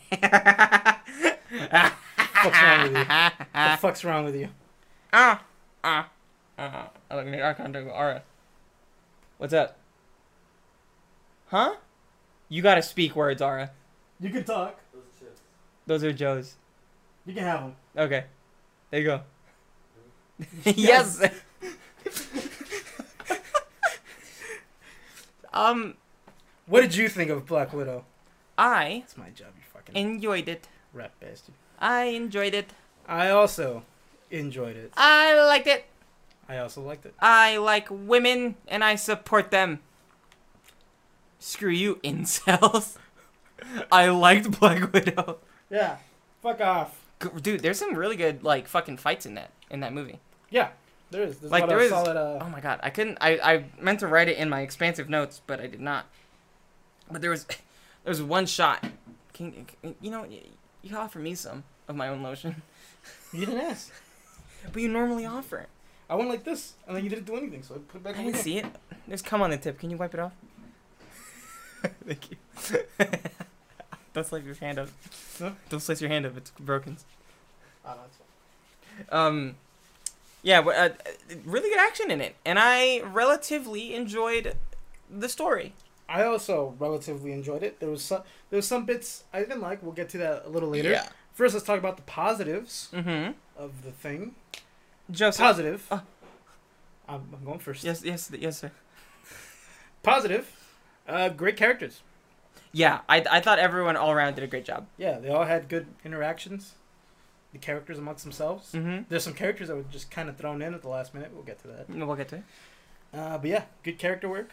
B: What's
A: wrong with What the fuck's wrong with you?
B: Ah, ah, ah. I like make eye contact with Ara. What's up? Huh? You gotta speak words, Ara.
A: You can talk.
C: Those chips.
B: Those are Joe's.
A: You can have them.
B: Okay. There you go. yes. um,
A: What did you think of Black Widow?
B: I
A: That's my job. You fucking
B: enjoyed it.
A: rap bastard.
B: I enjoyed it.
A: I also enjoyed it.
B: I liked it.
A: I also liked it.
B: I like women and I support them. Screw you, incels. I liked Black Widow.
A: Yeah. Fuck off.
B: G- Dude, there's some really good like fucking fights in that in that movie.
A: Yeah. There is. There's
B: Like,
A: a lot
B: there
A: of
B: is-
A: solid. Uh,
B: Oh my god, I couldn't. I I meant to write it in my expansive notes, but I did not. But there was there was one shot. Can, can- you know you, you offer me some of my own lotion,
A: You didn't ask.
B: but you normally offer. it.
A: I went like this, and then you didn't do anything, so I put it
B: I
A: back on
B: didn't
A: the
B: see it. There's cum on the tip. Can you wipe it off? Thank you. Don't slice your hand up.
A: Huh?
B: Don't slice your hand up. It's broken.
A: Oh, that's fine.
B: Um, yeah, but, uh, really good action in it, and I relatively enjoyed the story.
A: I also relatively enjoyed it. There was some, there was some bits I didn't like. We'll get to that a little later. First, let's talk about the positives
B: Mm-hmm.
A: of the thing.
B: Joseph.
A: Positive.
B: uh.
A: I'm, I'm going first.
B: Yes, yes, yes, sir.
A: Positive. Uh, great characters.
B: Yeah, I, I thought everyone all around did a great job.
A: Yeah, they all had good interactions. The characters amongst themselves.
B: Mm-hmm.
A: There's some characters that were just kind of thrown in at the last minute. We'll get to that.
B: We'll get to it.
A: Uh, but yeah, good character work.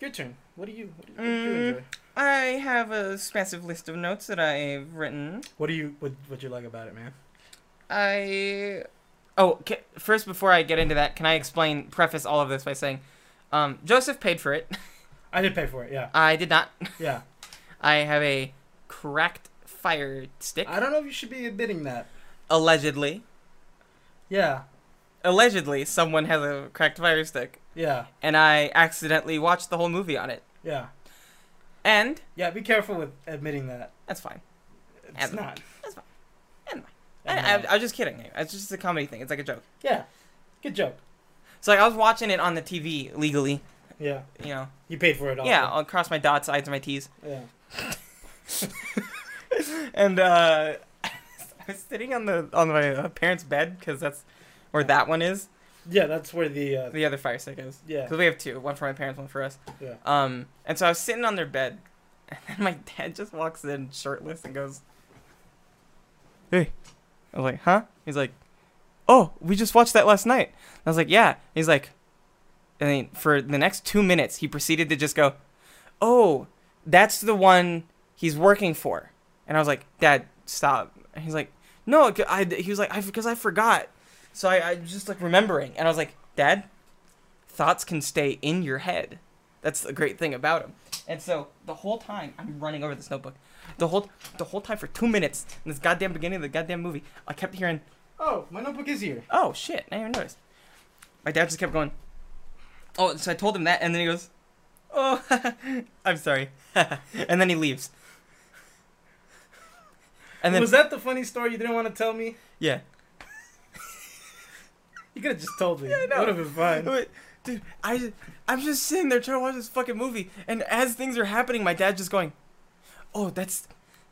A: Your turn. What do you? What do you, what do you
B: Mm.
A: enjoy?
B: I have a expansive list of notes that I've written.
A: What do you? What What you like about it, man?
B: I. Oh, ca first, before I get into that, can I explain, preface all of this by saying, um, Joseph paid for it.
A: I did pay for it. Yeah.
B: I did not.
A: Yeah.
B: I have a cracked fire stick.
A: I don't know if you should be admitting that.
B: Allegedly.
A: Yeah.
B: Allegedly, someone has a cracked fire stick.
A: Yeah.
B: And I accidentally watched the whole movie on it.
A: Yeah.
B: And
A: Yeah. Be careful with admitting that.
B: that's fine.
A: It's
B: Never
A: not.
B: That's fine. Never mind. I,
A: Never
B: I,
A: mind.
B: I was just kidding. It's just a comedy thing. It's like a joke.
A: yeah. Good joke.
B: So like I was watching it on the TV legally,
A: Yeah.
B: you know.
A: You paid for it all.
B: Yeah, I'll cross my dots, I to my T's.
A: Yeah.
B: And uh, I was sitting on the on my uh, parents' bed because that's where that one is.
A: Yeah. That's where the. Uh,
B: The other fire stick is.
A: yeah.
B: Because we have two, one for my parents, one for us.
A: Yeah.
B: Um, and so I was sitting on their bed, and then my dad just walks in shirtless and goes, "Hey," I was like, "Huh?" He's like, "Oh, we just watched that last night." I was like, "Yeah." He's like, and then for the next two minutes, he proceeded to just go, "Oh, that's the one he's working for," and I was like, "Dad, stop." And he's like, "No," I, he was like, "I because I forgot," so I, I was just like remembering, and I was like, "Dad." thoughts can stay in your head. That's the great thing about them. And so the whole time I'm running over this notebook, the whole the whole time for two minutes in this goddamn beginning of the goddamn movie, I kept hearing,
A: Oh, my notebook is here.
B: "Oh shit!" I didn't even noticed. My dad just kept going. Oh, so I told him that, and then he goes, oh, I'm sorry. and then he leaves. And then
A: was that the funny story you didn't want to tell me?
B: yeah,
A: You could have just told me.
B: I know.
A: Would have been fine.
B: Wait, dude, I I'm just sitting there trying to watch this fucking movie, and as things are happening, my dad's just going, "Oh, that's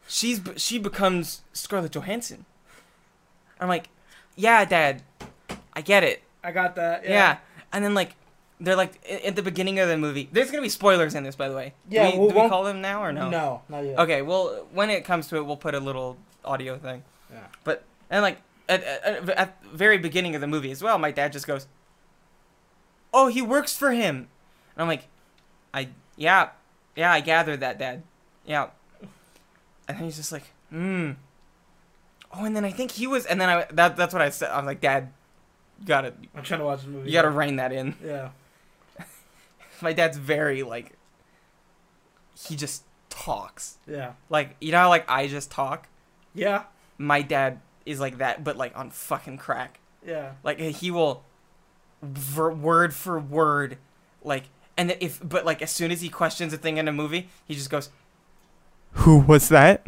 B: she's be- she becomes Scarlett Johansson." I'm like, "Yeah, Dad, I get it.
A: I got that.
B: Yeah." And then like, they're like a- at the beginning of the movie. There's gonna be spoilers in this, by the way.
A: Yeah,
B: Do we,
A: well,
B: do we
A: won't-
B: call them now or no?
A: No, not yet.
B: Okay. Well, when it comes to it, we'll put a little audio thing.
A: Yeah.
B: But and like at, at, at the very beginning of the movie as well, my dad just goes, "Oh, he works for him," and I'm like, "I yeah, yeah, I gathered that, Dad, yeah." And then he's just like, "Hmm." Oh, and then I think he was, and then I that that's what I said. I'm like, "Dad, got to
A: I'm trying to watch the movie.
B: You got to rein that in."
A: Yeah.
B: My dad's very like, he just talks
A: Yeah.
B: like you know how, like I just talk.
A: Yeah.
B: my dad is like that, but like on fucking crack.
A: Yeah.
B: Like he will, ver- word for word, like and if but like as soon as he questions a thing in a movie, he just goes, "Who was that?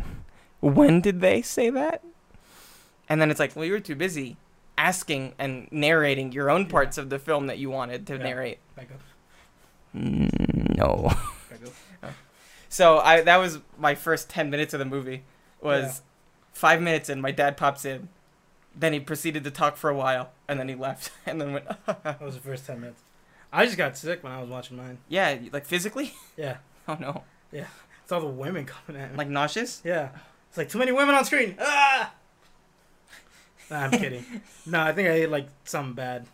B: When did they say that?" And then it's like, well, you were too busy asking and narrating your own parts of the film that you wanted to
A: Yeah.
B: narrate.
A: Back up.
B: Mm, no.
A: Back up.
B: So I that was my first ten minutes of the movie. Was five minutes in, my dad pops in, then he proceeded to talk for a while, and then he left, and then went,
A: That was the first ten minutes. I just got sick when I was watching mine.
B: yeah, like physically.
A: Yeah.
B: Oh no,
A: It's all the women coming at me.
B: like nauseous.
A: Yeah. It's like too many women on screen. Ah! Nah, I'm kidding. no, I think I ate like something bad.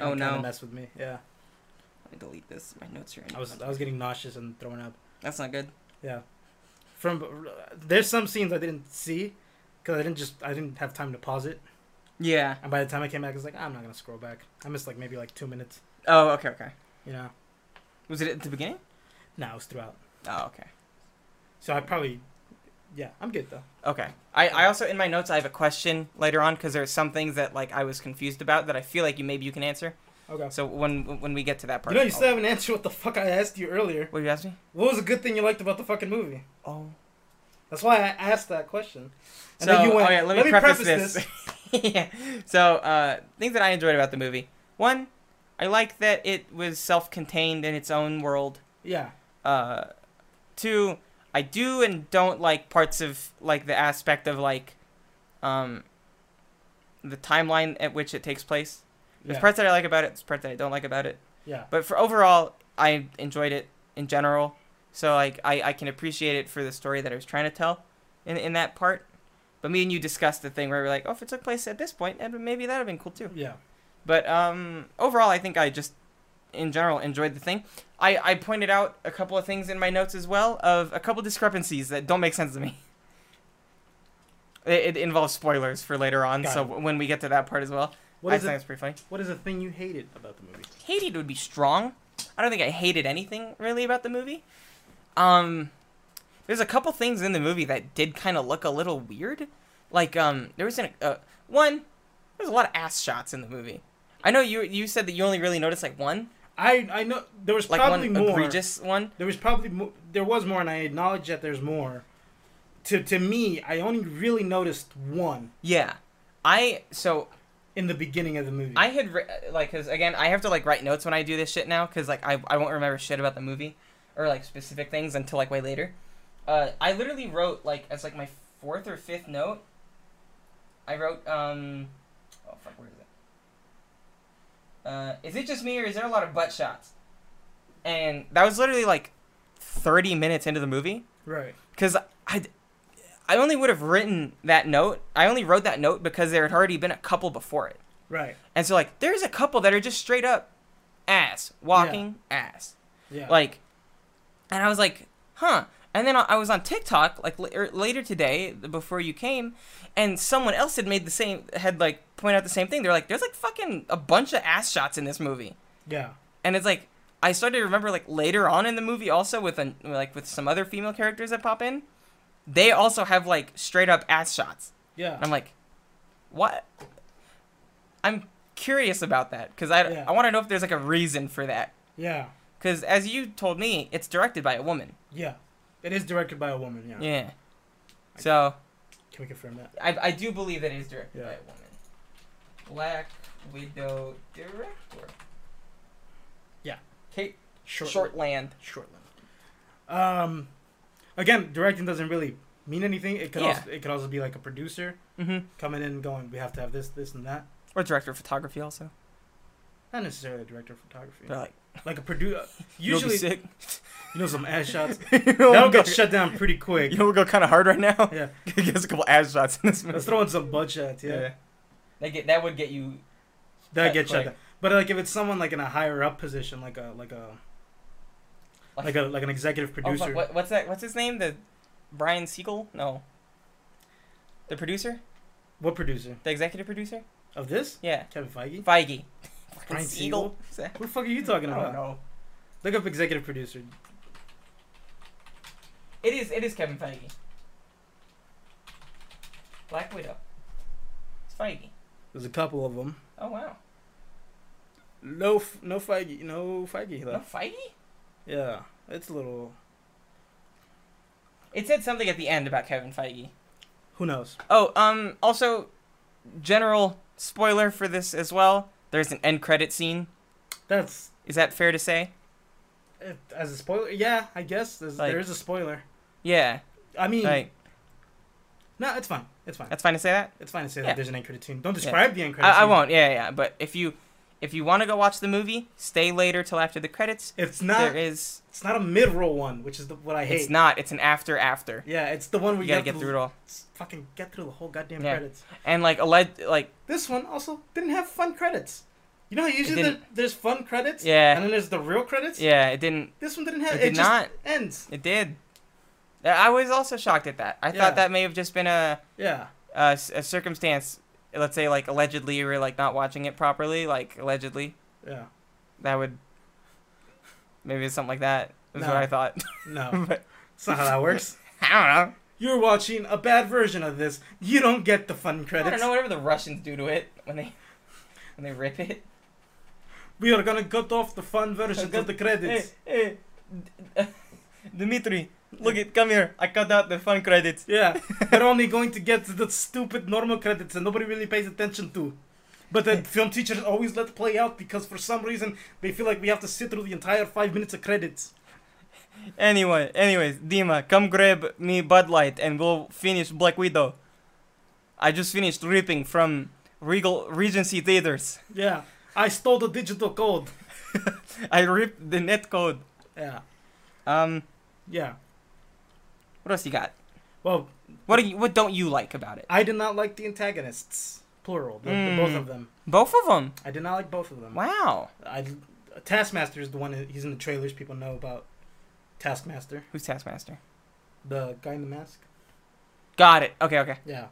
B: Oh,
A: it kinda
B: no.
A: Messed with me. Yeah.
B: Let me delete this. My notes are in.
A: I was I was getting nauseous and throwing up.
B: That's not good.
A: Yeah. From there's some scenes I didn't see because I didn't just I didn't have time to pause it.
B: Yeah.
A: And by the time I came back, I was like, I'm not gonna scroll back. I missed like maybe like two minutes.
B: Oh, okay, okay.
A: You know.
B: Was it at the beginning?
A: No, it was throughout.
B: Oh, okay.
A: So I probably. Yeah, I'm good though.
B: Okay. I, I also in my notes I have a question later on because there are some things that like I was confused about that I feel like you maybe you can answer.
A: Okay.
B: So when when we get to that part,
A: You know, you
B: I'll-
A: still haven't answered what the fuck I asked you earlier.
B: What did you ask me?
A: What was a good thing you liked about the fucking movie?
B: Oh.
A: That's why I asked that question. And
B: So,
A: then you went,
B: oh, yeah, let, me preface, this. yeah. So, uh, things that I enjoyed about the movie. One, I like that it was self-contained in its own world.
A: Yeah,
B: Uh, two, I do and don't like parts of like the aspect of like, um, the timeline at which it takes place. There's
A: yeah,
B: parts that I like about it. There's parts that I don't like about it.
A: yeah,
B: But for overall, I enjoyed it in general. So like I, I can appreciate it for the story that I was trying to tell in in that part. But me and you discussed the thing where we are like, oh, if it took place at this point, then maybe that'd have been cool too.
A: yeah.
B: But um, overall, I think I just in general enjoyed the thing. I, I pointed out a couple of things in my notes as well of a couple discrepancies that don't make sense to me. It, it involves spoilers for later on,
A: Got
B: so
A: it.
B: when we get to that part as well,
A: What
B: I
A: is
B: think
A: it?
B: it's pretty funny
A: What is the thing you hated about the movie?
B: hated would be strong. I don't think I hated anything really about the movie. Um, there's a couple things in the movie that did kind of look a little weird. Like, um, there was an, uh, one. There's a lot of ass shots in the movie. I know you you said that you only really noticed like one,
A: I I know there was
B: like
A: probably
B: one
A: more.
B: egregious one.
A: There was probably mo- there was more, and I acknowledge that there's more. To to me, I only really noticed one
B: Yeah, I so
A: in the beginning of the movie.
B: I had ri- like because again I have to like write notes when I do this shit now because like I I won't remember shit about the movie or like specific things until like way later. Uh, I literally wrote like as like my fourth or fifth note. I wrote um, oh fuck, where is it? Uh, is it just me or is there a lot of butt shots? And that was literally like thirty minutes into the movie
A: right.
B: because I. I only would have written that note. I only wrote that note because there had already been a couple before it.
A: Right.
B: And so like there's a couple that are just straight up ass walking ass.
A: Yeah.
B: Like and I was like, "Huh." And then I I was on TikTok like l- er, later today th- before you came and someone else had made the same had like point out the same thing. They're like, "There's like fucking a bunch of ass shots in this movie."
A: yeah.
B: And it's like I started to remember like later on in the movie also with an like with some other female characters that pop in, they also have like straight up ass shots.
A: Yeah.
B: And I'm like, what? I'm curious about that because I,
A: Yeah.
B: I want to know if there's like a reason for that.
A: yeah.
B: Because as you told me, it's directed by a woman.
A: Yeah, it is directed by a woman. Yeah.
B: Yeah. So
A: Can we confirm that?
B: I, I do believe that it is directed by
A: Yeah.
B: a woman. Black Widow director.
A: Yeah.
B: Kate
A: Short.
B: Shortland.
A: Shortland. Um, again, directing doesn't really mean anything. It could
B: Yeah.
A: also, it could also be like a producer
B: Mm-hmm.
A: coming in and going, we have to have this, this, and that.
B: Or director of photography also.
A: Not necessarily a director of photography.
B: They're like,
A: Like a producer. uh,
B: usually
A: Usually,
B: sick.
A: you know, some ass shots.
B: That'll
A: That'll get shut down pretty quick.
B: You know, we go kind of hard right now.
A: Yeah.
B: Give us a couple ass shots in this movie.
A: Let's throw in some butt shots. Yeah.
B: That get that would get you.
A: That get
B: Cut
A: shut down.
B: quick.
A: But like if it's someone like in a higher up position, like a like a
B: Like-
A: like a like an executive
B: Oh,
A: producer.
B: fuck, what, what's that? What's his name? The Brian Siegel? No. The producer,
A: What producer
B: the executive producer.
A: of this?
B: Yeah,
A: Kevin Feige.
B: Feige.
A: Brian
B: Siegel?
A: Who the fuck are you talking
B: I don't
A: about?
B: know.
A: Look up executive producer.
B: It is. It is Kevin Feige. Black Widow. It's Feige.
A: There's a couple of them.
B: Oh wow.
A: No, F- no Feige, no Feige
B: No
A: left.
B: Feige.
A: Yeah, it's a little.
B: It said something at the end about Kevin Feige.
A: Who knows?
B: Oh, um, also, general spoiler for this as well. There's an end credit scene.
A: That's
B: Is that fair to say?
A: it, as a spoiler. Yeah, I guess there's,
B: Like-
A: there is a spoiler.
B: Yeah,
A: I mean,
B: like
A: no, it's fine. It's fine.
B: that's fine to say that.
A: It's fine to say
B: Yeah.
A: that there's an end credit scene. Don't
B: Yeah.
A: describe the end credit.
B: I, I
A: scene.
B: won't. Yeah, yeah. But if you if you want to go watch the movie, stay later till after the credits.
A: It's not.
B: there is.
A: It's not a mid-roll one, which is the, what I hate.
B: It's not. It's an after after.
A: Yeah, it's the one where
B: You gotta get through it all.
A: s- fucking get through the whole goddamn
B: Yeah.
A: credits.
B: And like alleged, like
A: This one also didn't have fun credits. You know how usually there,
B: didn't.
A: there's fun credits,
B: Yeah.
A: and then there's the real credits.
B: yeah, it didn't.
A: This one didn't have.
B: It
A: It,
B: did
A: just
B: not.
A: ends.
B: It did. I I was also shocked at that. I
A: Yeah.
B: thought that may have just been a,
A: Yeah,
B: a s- a circumstance. Let's say like allegedly you were like not watching it properly, like allegedly.
A: yeah.
B: That would maybe it's something like that. Is
A: No.
B: what I thought.
A: No,
B: but
A: it's not how that works.
B: I don't know.
A: You're watching a bad version of this. You don't get the fun
B: I don't
A: credits.
B: know whatever the Russians do to it when they when they rip it.
A: We are gonna cut off the fun version of the credits.
B: Hey, hey, Dmitri, look it, come here. I cut out the fun credits.
A: Yeah, they're only going to get the stupid normal credits that nobody really pays attention to. But the film teachers always let play out because for some reason they feel like we have to sit through the entire five minutes of credits.
B: Anyway, anyways, Dima, come grab me Bud Light and we'll finish Black Widow. I just finished ripping from Regal Regency Theaters.
A: Yeah, I stole the digital code.
B: I ripped the net code.
A: Yeah,
B: Um,
A: yeah.
B: what else you got?
A: Well,
B: What do you, what don't you like about it?
A: I did not like the antagonists, plural, the,
B: Mm.
A: the both of them.
B: Both of them.
A: I did not like both of them.
B: Wow.
A: I, Taskmaster is the one. that- He's in the trailers. People know about Taskmaster,
B: Who's Taskmaster?
A: the guy in the mask.
B: Got it. Okay, okay.
A: Yeah,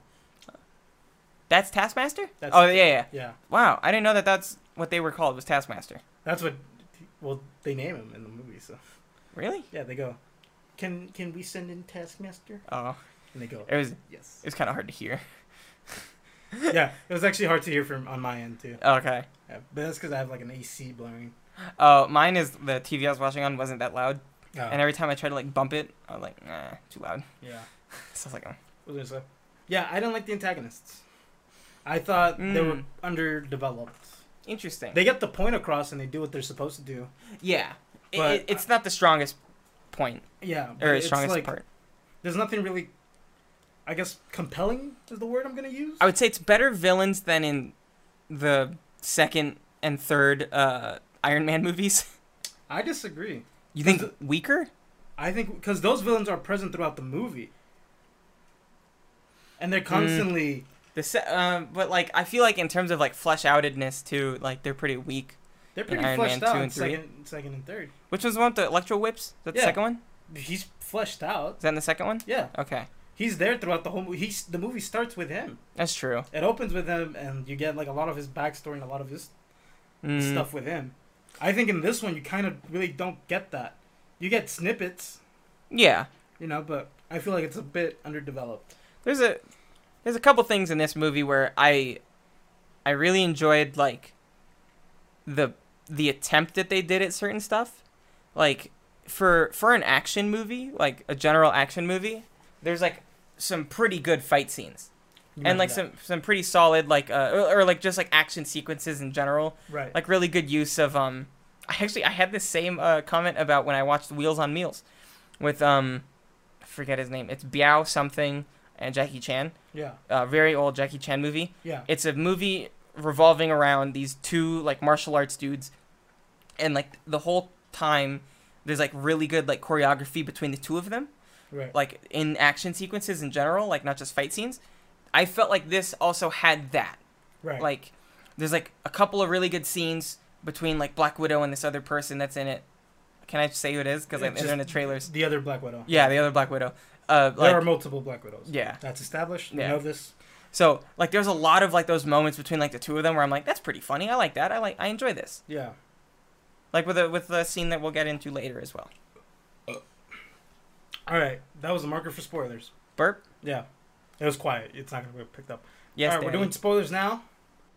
B: That's Taskmaster?
A: That's-
B: oh, yeah, yeah.
A: yeah.
B: Wow, I didn't know that that's what they were called was Taskmaster.
A: That's what. Well, they name him in the movie. So
B: Really?
A: yeah, they go. Can can we send in Taskmaster?
B: Oh,
A: And they go.
B: it was it
A: Yes.
B: was kind of hard to hear.
A: yeah, it was actually hard to hear from on my end too.
B: Okay.
A: Yeah, but that's because I have like an AC blaring.
B: Oh, mine is the TV I was watching on wasn't that loud,
A: Oh,
B: and every time I tried to like bump it, I was like, nah, too loud.
A: yeah.
B: So I was like, oh.
A: What was I gonna say? Yeah, I didn't like the antagonists. I thought they were
B: Mm.
A: underdeveloped.
B: interesting.
A: They get the point across and they do what they're supposed to do.
B: yeah, It-
A: But-
B: it, it's not the strongest point
A: Yeah, but
B: or its
A: it's
B: strongest
A: like
B: part.
A: there's nothing really, I guess, compelling is the word I'm gonna use.
B: I would say it's better villains than in the second and third uh, Iron Man movies.
A: I disagree.
B: You think
A: Is
B: weaker?
A: I think because those villains are present throughout the movie, and
B: Hmm.
A: they're constantly.
B: The se- um, but like I feel like in terms of like flesh outedness too, like they're pretty weak.
A: They're
B: In
A: pretty
B: Iron
A: fleshed
B: Man
A: out
B: 2
A: in
B: and 3.
A: second, second and third.
B: Which one's the one with the electro whips? Is that the
A: Yeah.
B: second one?
A: He's fleshed out.
B: Is that in the second one?
A: Yeah,
B: Okay.
A: he's there throughout the whole movie. He's the movie starts with him.
B: That's true.
A: It opens with him, and you get like a lot of his backstory and a lot of his
B: Mm,
A: stuff with him. I think in this one you kind of really don't get that. You get snippets,
B: Yeah.
A: you know, but I feel like it's a bit underdeveloped.
B: There's a there's a couple things in this movie where I I really enjoyed like the the attempt that they did at certain stuff. like for for an action movie, like a general action movie, there's like some pretty good fight scenes
A: You remember
B: and like
A: that.
B: some some pretty solid like uh, or, or like just like action sequences in general.
A: right.
B: Like really good use of um. I actually I had the same uh, comment about when I watched Wheels on Meals, with um, I forget his name. It's Biao something and Jackie Chan.
A: yeah,
B: Uh, very old Jackie Chan movie
A: yeah,
B: it's a movie revolving around these two like martial arts dudes and like the whole time there's like really good like choreography between the two of them
A: right.
B: like in action sequences in general like not just fight scenes i felt like this also had that
A: right.
B: like there's like a couple of really good scenes between like black widow and this other person that's in it can i say who it is because
A: It
B: i'm
A: just-
B: in the trailers
A: the other Black Widow.
B: yeah the other black widow uh
A: there
B: like
A: are multiple Black Widows.
B: yeah
A: That's established. We
B: Yeah.
A: know this.
B: so like there's a lot of like those moments between like the two of them where i'm like that's pretty funny i like that i like i enjoy this
A: Yeah.
B: like with a with the scene that we'll get into later as well.
A: All right. That was a marker for spoilers.
B: Burp.
A: Yeah. It was quiet. It's not going to get picked up.
B: Yes,
A: All right. We're
B: Danny.
A: doing spoilers now.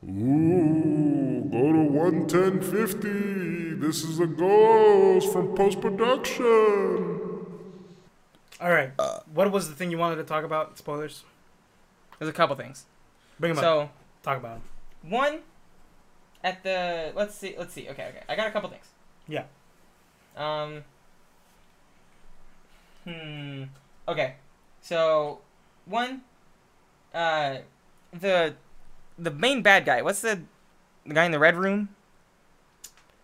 D: Ooh, go to 11050. This is a ghost from post production.
A: All right.
B: Uh.
A: what was the thing you wanted to talk about? Spoilers.
B: There's a couple things.
A: Bring them up.
B: So
A: Talk about them.
B: one at the let's see let's see okay okay I got a couple things.
A: Yeah.
B: Um. Hmm. Okay. So one, uh, the the main bad guy. What's the the guy in the red room?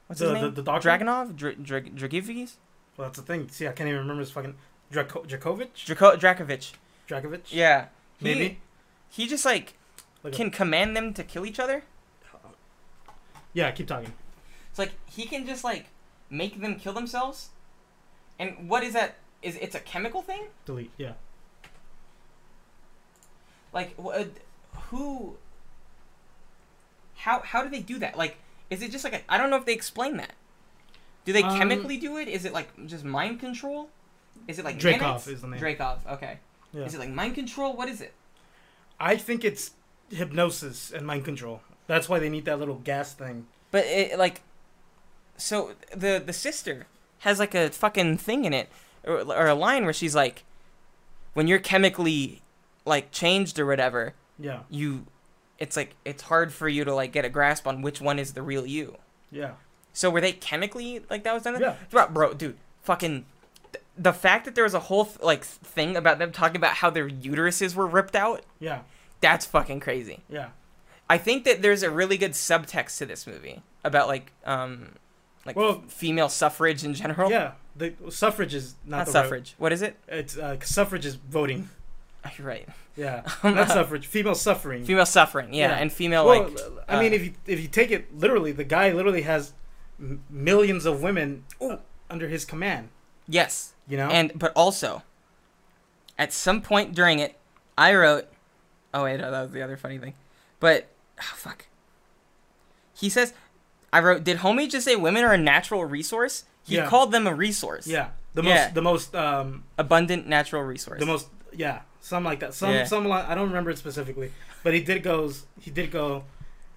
B: What's
A: the,
B: his name?
A: The, the doctor.
B: Dragonov? Dr- Dr- Dragivies?
A: Well, that's the thing. See, I can't even remember his fucking Drako- Drakovic.
B: Draco- Drakovich.
A: Drakovic.
B: Yeah. He-
A: Maybe.
B: He just like
A: Like a-
B: can command them to kill each other.
A: yeah. Keep talking.
B: It's like he can just like make them kill themselves. And what is that? Is it's a chemical thing?
A: Delete. Yeah.
B: Like wh- uh, who? How how do they do that? Like is it just like a, I don't know if they explain that. Do they
A: Um,
B: chemically do it? Is it like just mind control? Is it like
A: Dracov
B: nanites?
A: is the name.
B: Dracov. Okay.
A: Yeah.
B: Is it like mind control? What is it?
A: I think it's hypnosis and mind control. That's why they need that little gas thing.
B: But it like, so the the sister has like a fucking thing in it, or, or a line where she's like, when you're chemically like changed or whatever,
A: Yeah.
B: you, it's like it's hard for you to like get a grasp on which one is the real you.
A: Yeah.
B: So were they chemically like that was done?
A: Yeah.
B: Bro, bro, dude, fucking. th- The fact that there was a whole th- like thing about them talking about how their uteruses were ripped out,
A: Yeah.
B: that's fucking crazy.
A: Yeah.
B: I think that there's a really good subtext to this movie about like um like
A: Well-
B: f- female suffrage in general.
A: Yeah. The suffrage is not,
B: not,
A: the right-
B: suffrage. What is it?
A: It's uh, suffrage is voting.
B: Oh, You're right.
A: Yeah, not suffrage. Female suffering.
B: Female suffering. Yeah,
A: Yeah.
B: and female
A: well,
B: like uh,
A: I mean, if you if you take it literally, the guy literally has m- millions of women uh, under his command.
B: yes,
A: You know.
B: and but also at some point during it, I wrote. Oh wait, no, that was the other funny thing. But oh, fuck. He says, I wrote. Did homie just say women are a natural resource? He
A: Yeah.
B: called them a resource.
A: yeah, the
B: Yeah.
A: most the most um
B: Abundant natural resource.
A: the most yeah something like that. Some
B: Yeah.
A: some li- I don't remember it specifically, but he did goes he did go.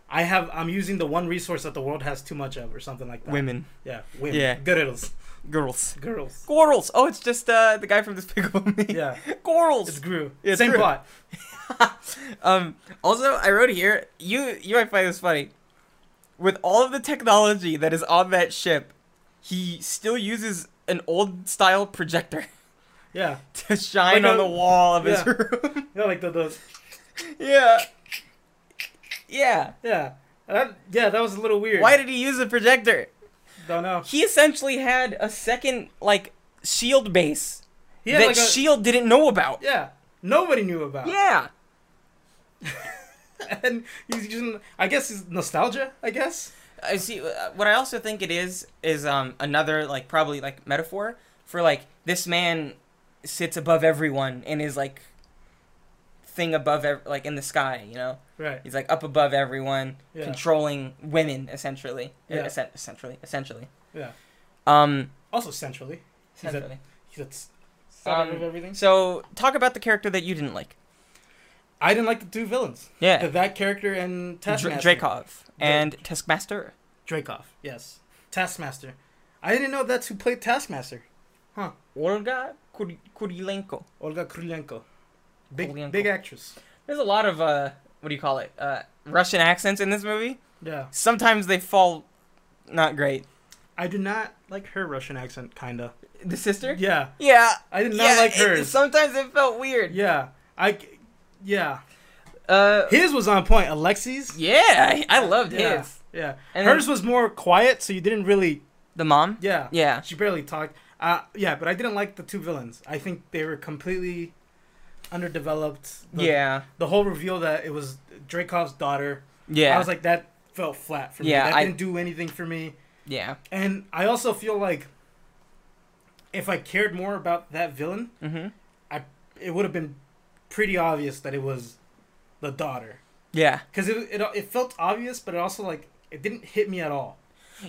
A: I have I'm using the one resource that the world has too much of, or something like that.
B: women.
A: Yeah. Women.
B: Yeah.
A: Girls.
B: Girls.
A: Girls.
B: Squirrels. Oh, it's just uh, the guy from Despicable Me.
A: Yeah. It's
B: Squirrels.
A: Gru.
B: It's
A: Same
B: Gru.
A: plot.
B: Um. Also, I wrote here. You you might find this funny. With all of the technology that is on that ship, he still uses an old style projector
A: Yeah.
B: to shine
A: Like
B: on
A: a-
B: the wall of his
A: yeah.
B: room.
A: Yeah, like the the
B: yeah. Yeah.
A: yeah. That, yeah, that was a little weird.
B: Why did he use a projector?
A: don't know.
B: He essentially had a second like shield base
A: He had
B: that
A: like a-
B: Shield E didn't know about.
A: Yeah, nobody knew about.
B: yeah.
A: and he's using. I guess it's nostalgia. I guess.
B: I see. uh, What I also think it is is um another like probably like metaphor for like this man sits above everyone and is like thing above ev- like in the sky. You know,
A: Right.
B: he's like up above everyone,
A: Yeah.
B: controlling women essentially. Uh,
A: Yeah.
B: essen- essentially, essentially.
A: Yeah.
B: Um.
A: Also centrally, He's a-
B: essentially.
A: he's at center
B: Um,
A: of everything.
B: So talk about the character that you didn't like.
A: I didn't like the two villains.
B: Yeah.
A: The- that character and
B: Dra-
A: Taskmaster.
B: Dracov and Taskmaster.
A: Dracov. Yes. Taskmaster. I didn't know that's who played Taskmaster.
B: Olga Kur- Kurilenko.
A: Olga Kurylenko. Big
B: Kurylenko.
A: big actress.
B: There's a lot of uh, what do you call it? Uh, Russian accents in this movie.
A: Yeah.
B: Sometimes they fall, not great.
A: I do not like her Russian accent kinda.
B: The sister.
A: Yeah.
B: Yeah.
A: I did not
B: yeah,
A: like
B: it-
A: hers.
B: sometimes it felt weird.
A: yeah. I c- yeah.
B: Uh,
A: His was on point. Alexei's?
B: yeah, I, I loved
A: Yeah.
B: his.
A: Yeah.
B: And
A: Hers
B: then-
A: was more quiet, so you didn't really
B: The mom.
A: Yeah.
B: Yeah.
A: She barely talked. Uh, yeah, but I didn't like the two villains. I think they were completely underdeveloped. The,
B: Yeah.
A: The whole reveal that it was Dracov's daughter.
B: Yeah.
A: I was like, that felt flat for me.
B: Yeah,
A: That
B: I-
A: didn't do anything for me.
B: yeah.
A: And I also feel like if I cared more about that villain,
B: Mm-hmm.
A: it would have been pretty obvious that it was the daughter.
B: Yeah.
A: Because it, it, it felt obvious, but it also, like, it didn't hit me at all.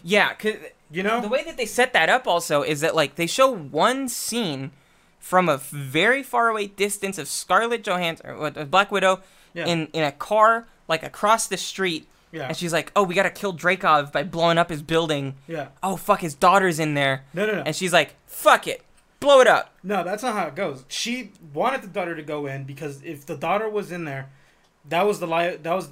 B: Yeah. 'cause-
A: You know?
B: The way that they set that up also is that like they show one scene from a very far away distance of Scarlett Johansson or what- Black Widow
A: Yeah.
B: in in a car like across the street
A: yeah.
B: and she's like, "Oh, we got to kill Dracov by blowing up his building."
A: yeah.
B: Oh, fuck, his daughter's in there.
A: No, no, no.
B: And she's like, "Fuck it. Blow it up."
A: No, that's not how it goes. She wanted the daughter to go in because if the daughter was in there, that was the li- that was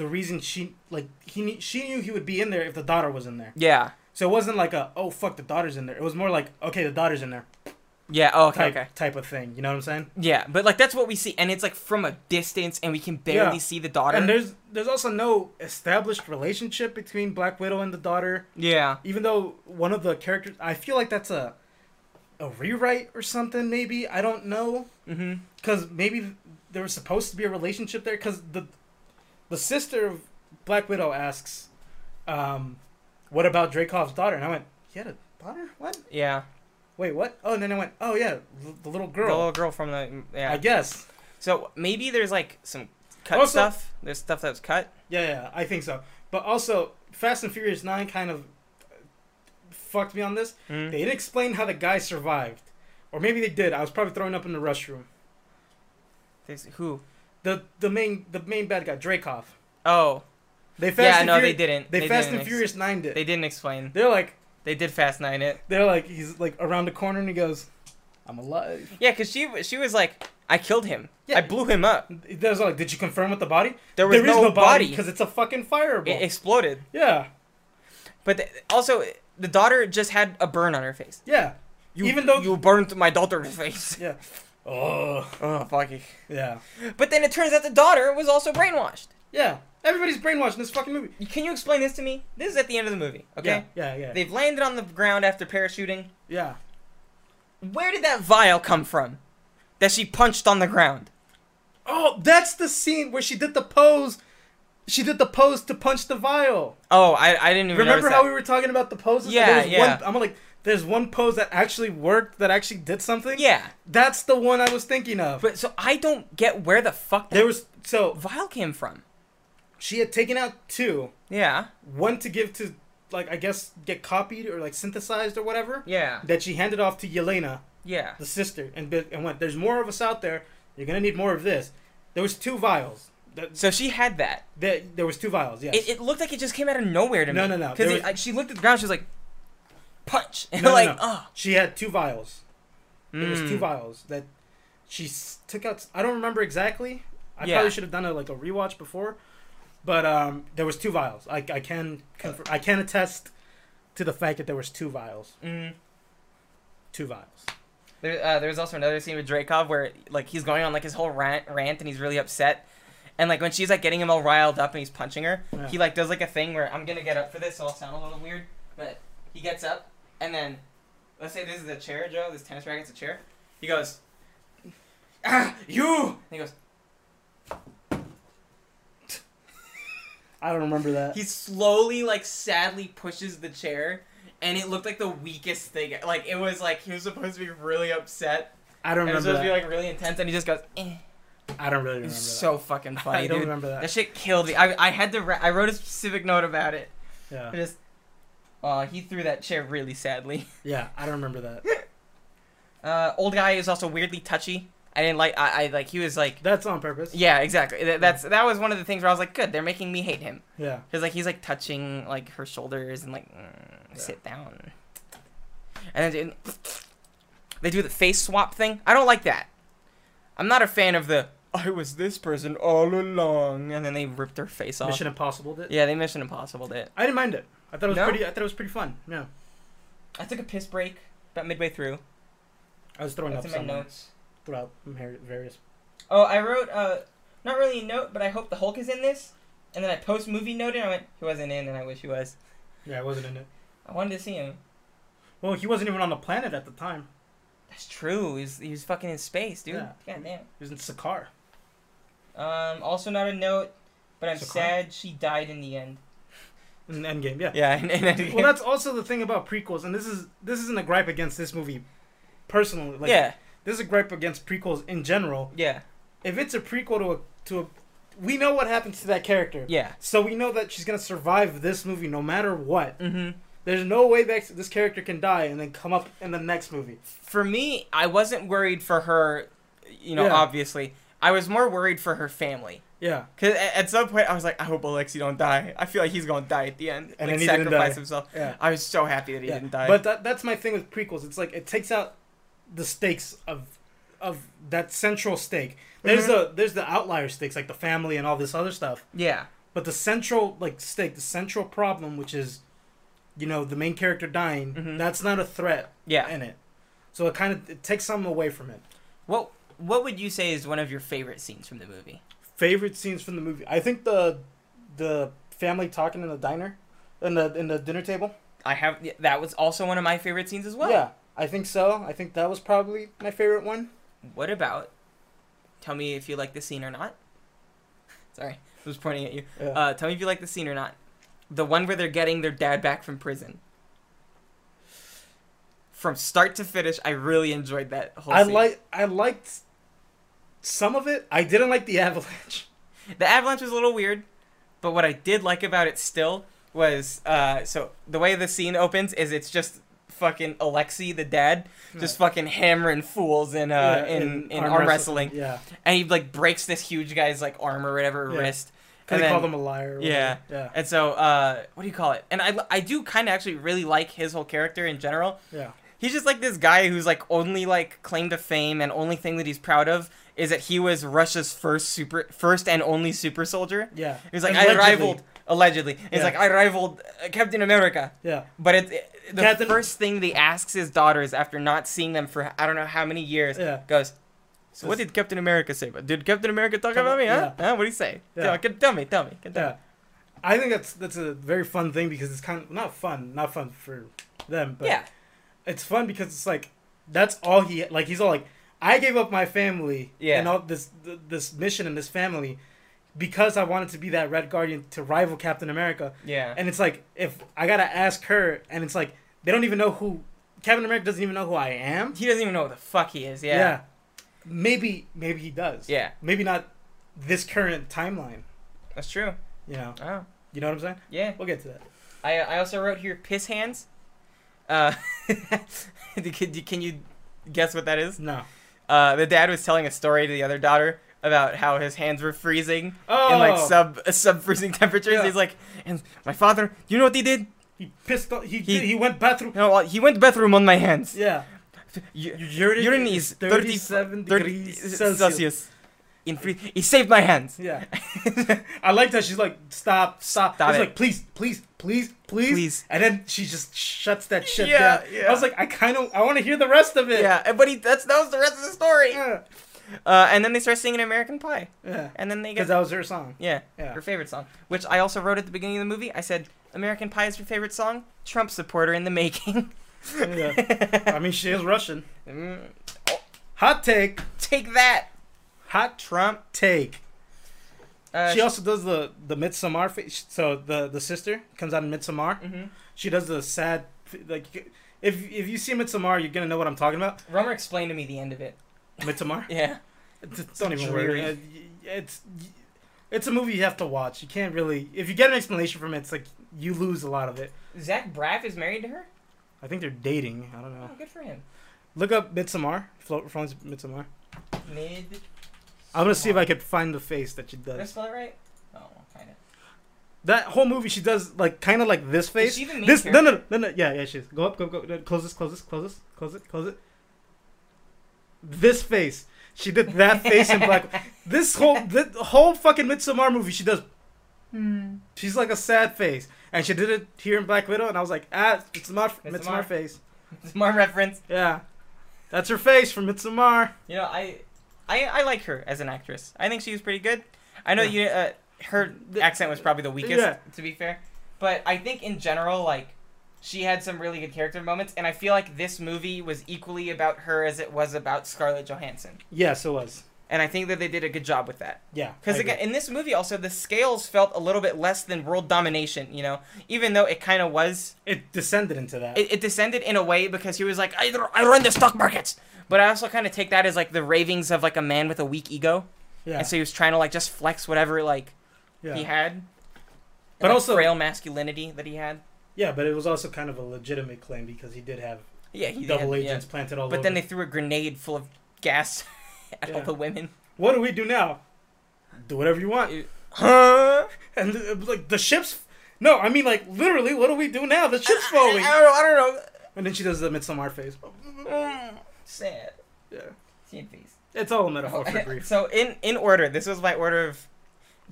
A: the reason she like he knew, she knew he would be in there if the daughter was in there.
B: Yeah.
A: So it wasn't like a oh fuck the daughter's in there. It was more like okay the daughter's in there
B: Yeah, oh, okay,
A: type
B: okay.
A: type of thing. You know what I'm saying?
B: Yeah, but like that's what we see and it's like from a distance and we can barely
A: Yeah.
B: see the daughter.
A: And there's there's also no established relationship between Black Widow and the daughter.
B: yeah.
A: Even though one of the characters, I feel like that's a a rewrite or something. Maybe I don't know.
B: Mhm.
A: because maybe there was supposed to be a relationship there because the the sister of black widow asks um what about dracov's daughter and i went he had a daughter what
B: Yeah.
A: wait what oh and then i went oh yeah l- the little
B: The
A: girl
B: little girl from the yeah.
A: i guess
B: So maybe there's like some cut
A: Also-
B: stuff. There's stuff that was cut.
A: yeah yeah i think so but also fast and furious 9 kind of uh, fucked me on this
B: Mm.
A: they didn't explain how the guy survived or maybe they did i was probably throwing up in the restroom
B: There's- who?
A: the the main the main bad guy dracov
B: Oh,
A: they fast
B: yeah.
A: and
B: No,
A: Furi-
B: they didn't.
A: they, fast
B: didn't
A: and
B: ex-
A: furious 9 did
B: They didn't explain.
A: they're like
B: They did fast nine it.
A: They're like he's like around the corner and he goes, "I'm alive."
B: Yeah, cause she she was like, I killed him.
A: Yeah.
B: I blew him up.
A: There's like, did you confirm with the body?
B: There was no, body.
A: because it's a fucking fireball.
B: it exploded.
A: yeah,
B: But th- also, the daughter just had a burn on her face.
A: yeah,
B: You,
A: Even though-
B: you burned my daughter's face.
A: yeah. Oh,
B: oh fucky.
A: yeah,
B: But then it turns out the daughter was also brainwashed.
A: yeah. Everybody's brainwashed in this fucking movie.
B: Can you explain this to me? This is at the end of the movie. Okay.
A: Yeah, yeah, yeah.
B: They've landed on the ground after parachuting.
A: yeah.
B: Where did that vial come from? That she punched on the ground.
A: Oh, that's the scene where she did the pose. She did the pose to punch the vial.
B: Oh, I, I didn't even
A: Remember
B: notice
A: how
B: that.
A: we were talking about the poses?
B: Yeah,
A: There was
B: yeah.
A: One, I'm like, there's one pose that actually worked, that actually did something.
B: Yeah,
A: That's the one I was thinking of.
B: but so I don't get where the fuck that
A: there was so
B: vial came from.
A: she had taken out two.
B: Yeah,
A: one to give to like I guess get copied or like synthesized or whatever
B: yeah,
A: that she handed off to Yelena,
B: yeah,
A: the sister, and bit- and went. There's more of us out there. You're gonna need more of this. There was two vials. That,
B: So she had that.
A: that there was two vials. Yes.
B: It, it looked like it just came out of nowhere to
A: No,
B: me.
A: no, no, there
B: Because
A: was-
B: she looked at the ground, she was like, punch, and
A: No, no,
B: like,
A: no.
B: oh,
A: she had two vials. There was two
B: Mm.
A: vials that she s- took out. I don't remember exactly. I
B: Yeah.
A: probably should have done a, like a rewatch before, but um, there was two vials. I I can confirm, I can attest to the fact that there was two vials.
B: Mm.
A: Two vials.
B: There, uh, there was also another scene with Dracov where like he's going on like his whole rant, rant and he's really upset, and like when she's like getting him all riled up and he's punching her,
A: Yeah.
B: he like does like a thing where I'm gonna get up for this, so I'll sound a little weird, but he gets up and then let's say this is a chair, Joe. This tennis racket's a chair. He goes, ah, you. And he goes,
A: I don't remember that.
B: he slowly like sadly pushes the chair, and it looked like the weakest thing. Like it was like he was supposed to be really upset.
A: I don't
B: And it was
A: remember.
B: supposed to
A: That.
B: be like really intense, and he just goes, eh.
A: I don't really remember.
B: It's
A: that.
B: so fucking funny,
A: I don't
B: dude.
A: remember that.
B: That shit killed me. I, I had to. Ra- I wrote a specific note about it. I
A: yeah,
B: just. Uh, he threw that chair really sadly.
A: yeah, I don't remember that.
B: Uh, old guy is also weirdly touchy. I didn't like. I, I like. He was like.
A: That's on purpose.
B: Yeah, exactly. Th- That's that was one of the things where I was like, good. They're making me hate him
A: Yeah,
B: because like he's like touching like her shoulders and like mm, sit down. and then they- they do the face swap thing. I don't like that. I'm not a fan of the I was this person all along, and then they ripped their face off.
A: Mission Impossible did.
B: yeah, they Mission Impossible did.
A: I didn't mind it. I thought it was
B: No?
A: pretty. I thought it was pretty fun. No,
B: I took a piss break about midway through.
A: I was throwing
B: That's
A: up
B: in my
A: somewhere
B: notes.
A: throughout var- various.
B: Oh, I wrote uh, not really a note, but I hope the Hulk is in this. And then I post movie noted. And I went, he wasn't in, and I wish he was.
A: Yeah, I wasn't in it.
B: I wanted to see him.
A: Well, he wasn't even on the planet at the time.
B: That's true. He was, he was fucking in space, dude.
A: Yeah.
B: God damn.
A: He was in Sakaar.
B: Um, also not a note, but I'm
A: It's a
B: sad she died in the end.
A: in Endgame. Yeah.
B: Yeah, and, and
A: Well, that's also the thing about prequels, and this is this isn't a gripe against this movie, personally. Like,
B: yeah,
A: This is a gripe against prequels in general.
B: yeah,
A: If it's a prequel to a to a, we know what happens to that character.
B: yeah.
A: So we know that she's gonna survive this movie no matter what.
B: Mm-hmm.
A: There's no way that this character can die and then come up in the next movie.
B: For me, I wasn't worried for her, you know.
A: Yeah.
B: Obviously, I was more worried for her family.
A: Yeah.
B: Cause a- at some point I was like, I hope Alexi don't die. I feel like he's gonna die at the end.
A: And then
B: like
A: he didn't
B: sacrifice
A: die.
B: himself.
A: Yeah.
B: I was so happy that he
A: yeah.
B: didn't die.
A: But that, that's my thing with prequels. It's like it takes out the stakes of of that central stake.
B: Mm-hmm.
A: There's the there's the outlier stakes like the family and all this other stuff.
B: yeah,
A: But the central like stake, the central problem, which is, you know, the main character dying,
B: Mhm.
A: that's not a threat
B: yeah.
A: in it. So it kind of it takes something away from it.
B: What What would you say is one of your favorite scenes from the movie?
A: Favorite scenes from the movie, I think the the family talking in the diner, in the in the dinner table.
B: I have yeah, that was also one of my favorite scenes as well.
A: Yeah, I think so. I think that was probably my favorite one.
B: What about? Tell me if you like the scene or not. Sorry, I was pointing at you.
A: Yeah.
B: Uh, tell me if you like the scene or not. The one where they're getting their dad back from prison. From start to finish, I really enjoyed that whole.
A: I
B: scene.
A: like I liked some of it. I didn't like the avalanche.
B: The avalanche was a little weird, but what I did like about it still was uh, so the way the scene opens is it's just fucking Alexi the dad just fucking hammering fools in uh
A: Yeah,
B: in, in, arm, wrestling.
A: Yeah,
B: and he like breaks this huge guy's like arm or whatever
A: Yeah.
B: wrist.
A: because
B: And,
A: they
B: then,
A: call them a liar. or
B: Yeah.
A: whatever. yeah,
B: and so uh, what do you call it? And I I do kind of actually really like his whole character in general.
A: yeah.
B: He's just like this guy who's like only like claim to fame and only thing that he's proud of is that he was Russia's first super first and only super soldier.
A: Yeah.
B: He's like I
A: Allegedly.
B: rivaled allegedly. He's
A: Yeah.
B: like I rivaled uh, Captain America.
A: Yeah.
B: But it, it- the
A: Captain-
B: first thing that he asks his daughters after not seeing them for I don't know how many years
A: Yeah.
B: goes. So what did Captain America say? about- Did Captain America talk
A: Tell-
B: about me? Huh? Huh? What did he say?
A: Yeah.
B: Tell, can- tell me, tell me. can- tell me.
A: Yeah. I think that's that's a very fun thing because it's kind of not fun, not fun for them, but
B: yeah,
A: it's fun because it's like that's all he like. He's all like, I gave up my family
B: Yeah.
A: and all this th- this mission and this family because I wanted to be that Red Guardian to rival Captain America.
B: yeah,
A: And it's like if I gotta ask her, and it's like they don't even know who Captain America doesn't even know who I am.
B: He doesn't even know what the fuck he is. Yeah,
A: Maybe maybe he does.
B: yeah,
A: Maybe not this current timeline.
B: that's true.
A: You know.
B: Oh,
A: You know what I'm saying?
B: yeah.
A: We'll get to that.
B: I I also wrote here piss hands. Uh, can, you- can you guess what that is?
A: No.
B: Uh, the dad was telling a story to the other daughter about how his hands were freezing
A: Oh.
B: in like sub sub freezing temperatures.
A: Yeah.
B: He's like, and my father, you know what he did?
A: He pissed off. He,
B: He-
A: did, he went bathroom.
B: You know, what? he went to bathroom on my hands.
A: Yeah.
B: You-
A: Urine,
B: urine is
A: 37 degrees Celsius.
B: In free, he saved my hands.
A: Yeah. I like that she's like, stop, stop.
B: Stop
A: He's
B: it.
A: like, please, please, please, please,
B: Please.
A: And then she just shuts that shit
B: Yeah,
A: down.
B: yeah.
A: I was like, I kind of, I want to hear the rest of it.
B: Yeah, and- but he, that's that was the rest of the story.
A: Yeah.
B: Uh, and then they start singing American Pie,
A: Yeah.
B: and then they
A: Because
B: get
A: that was her song.
B: yeah,
A: Yeah.
B: your favorite song, which I also wrote at the beginning of the movie. I said American Pie is your favorite song, Trump supporter in the making.
A: yeah. I mean, she is Russian.
B: Mm,
A: Hot take.
B: Take that,
A: Hot
B: Trump.
A: take.
B: Uh,
A: she also does the the Midsommar face. So the the sister comes out in Midsommar.
B: Mhm.
A: She does the sad like if if you see Midsommar, you're gonna know what I'm talking about.
B: Romer explained to me the end of it.
A: Midsommar.
B: Yeah,
A: It's- Don't even worry.
B: Dreary.
A: Uh, y- It's it's a movie you have to watch. You can't really if you get an explanation from it, it's like you lose a lot of it.
B: Zach Braff is married to her.
A: I think they're dating. I don't
B: Oh,
A: know.
B: good for him.
A: Look up Midsommar. Float phones Midsommar.
B: Mid.
A: I'm gonna see if I could find the face that she
B: Did I
A: does.
B: spell it right? Oh, kind of.
A: That whole movie, she does like kind of like this face.
B: Is she the main
A: This no, no no no no yeah yeah she is. Go up go go no, close this close this close this close it close it. This face. She did that face in black. This whole the whole fucking Midsommar movie she does.
B: Hmm.
A: She's like a sad face, and she did it here in Black Widow, and I was like, ah, Midsommar, Midsommar,
B: Midsommar.
A: face.
B: It's more reference.
A: Yeah, that's her face from Midsommar.
B: You know, I, I, I like her as an actress. I think she was pretty good. I know
A: Yeah.
B: you. Uh, her
A: The-
B: accent was probably the weakest,
A: Yeah.
B: to be fair. But I think in general, like, she had some really good character moments, and I feel like this movie was equally about her as it was about Scarlett Johansson.
A: Yes, it was.
B: And I think that they did a good job with that.
A: Yeah,
B: Because
A: I agree.
B: again, in this movie, also the scales felt a little bit less than world domination. You know, even though it kind of was,
A: it descended into that.
B: it, it descended in a way because he was like, I, I run the stock markets. But I also kind of take that as like the ravings of like a man with a weak ego,
A: yeah,
B: and so he was trying to like just flex whatever like
A: yeah.
B: he had. and,
A: But
B: like,
A: also-
B: frail masculinity that he had.
A: yeah, but it was also kind of a legitimate claim because he did have
B: Yeah, he
A: double
B: had- yeah.
A: agents planted all
B: But
A: over.
B: then they threw a grenade full of gas at all
A: Yeah.
B: the women.
A: what do we do now? Do whatever you want.
B: Huh?
A: And uh, like the ship's. No, I mean like literally. What do we do now? The ship's
B: I, I
A: falling.
B: don't know. I don't know.
A: And then she does the Midsommar face.
B: Mm, sad.
A: Yeah,
B: Sad face.
A: it's all a metaphor for
B: Oh,
A: grief.
B: So in in order, this was my order of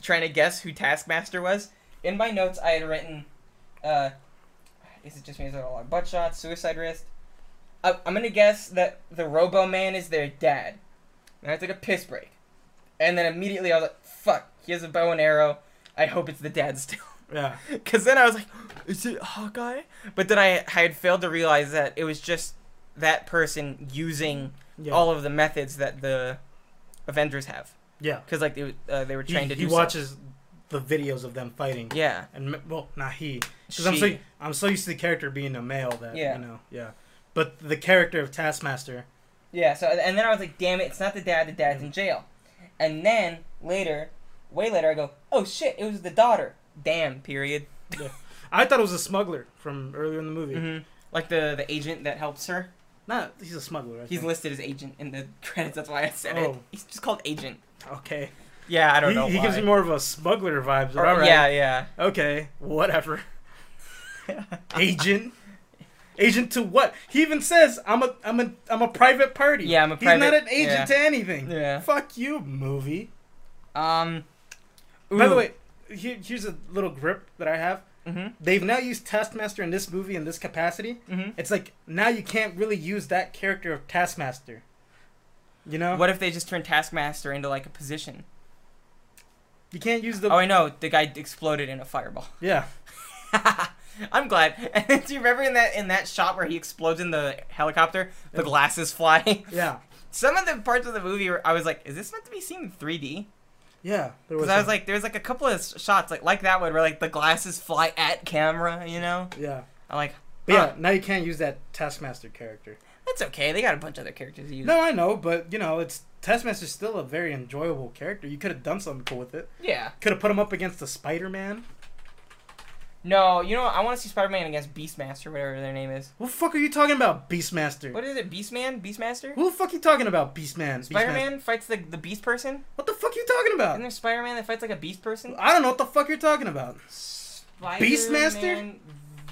B: trying to guess who Taskmaster was. In my notes, I had written, uh, is it just me? Is it all our butt shots, suicide wrist? I, I'm gonna guess that the Robo Man is their dad. And I took a piss break, and then immediately I was like, "Fuck, he has a bow and arrow. I hope it's the dad still."
A: Yeah.
B: Because then I was like, is it Hawkeye? But then I, I had failed to realize that it was just that person using
A: Yeah.
B: all of the methods that the Avengers have.
A: Yeah.
B: Because, like, they, uh, they were
A: He,
B: trained to
A: he
B: do so.
A: watches the videos of them fighting.
B: Yeah.
A: And m- well, not he, because I'm
B: She-
A: so I'm so used to the character being a male that
B: Yeah.
A: you know, yeah. But the character of Taskmaster,
B: Yeah, so, and then I was like, damn it, it's not the dad, the dad's in jail. And then, later, way later, I go, oh shit, it was the daughter. Damn, period.
A: I thought it was a smuggler from earlier in the movie.
B: hmm Like the, the agent that helps her.
A: Not he's a smuggler. I
B: He's
A: think.
B: listed as agent in the credits, that's why I said it.
A: Oh.
B: He's just called agent.
A: okay.
B: Yeah, I don't
A: he,
B: know
A: He
B: why.
A: gives me more of a smuggler vibes.
B: Or-
A: All right.
B: Yeah, yeah.
A: Okay. Whatever. Agent. Agent to what? He even says, "I'm a, I'm a, I'm a private party."
B: Yeah, I'm a
A: He's
B: private-
A: not an agent
B: yeah.
A: to anything.
B: Yeah.
A: Fuck you, movie.
B: Um.
A: By the way, here, here's a little grip that I have.
B: Mm-hmm.
A: They've now used Taskmaster in this movie in this capacity.
B: Mm-hmm.
A: It's like now you can't really use that character of Taskmaster. You know,
B: What if they just turned Taskmaster into like a position?
A: you can't use the
B: oh, I know. The guy exploded in a fireball.
A: yeah.
B: I'm glad. And do you remember in that in that shot where he explodes in the helicopter, the glasses fly?
A: Yeah.
B: Some of the parts of the movie where I was like, is this meant to be seen in 3D?
A: Yeah. There
B: Because I was
A: some-
B: like, there's like a couple of s- shots like like that one where like the glasses fly at camera. You know?
A: yeah.
B: I'm like,
A: But yeah,
B: huh,
A: now you can't use that Taskmaster character.
B: that's okay. They got a bunch of other characters to use.
A: No, I know, but you know, it's Taskmaster's still a very enjoyable character. You could have done something cool with it.
B: Yeah.
A: Could have put him up against the Spider-Man.
B: No, you know what? I want to see Spider-Man against Beastmaster, whatever their name is.
A: What the fuck are you talking about, Beastmaster?
B: What is it? Beastman? Beastmaster?
A: Who the fuck you talking about, Beastman? Beastmaster?
B: Spider
A: Uh.
B: Man fights the, the beast person?
A: What the fuck you talking about?
B: Isn't there Spider Man that fights like a beast person?
A: I don't know what the fuck you're talking about.
B: Spider-Man
A: Beastmaster?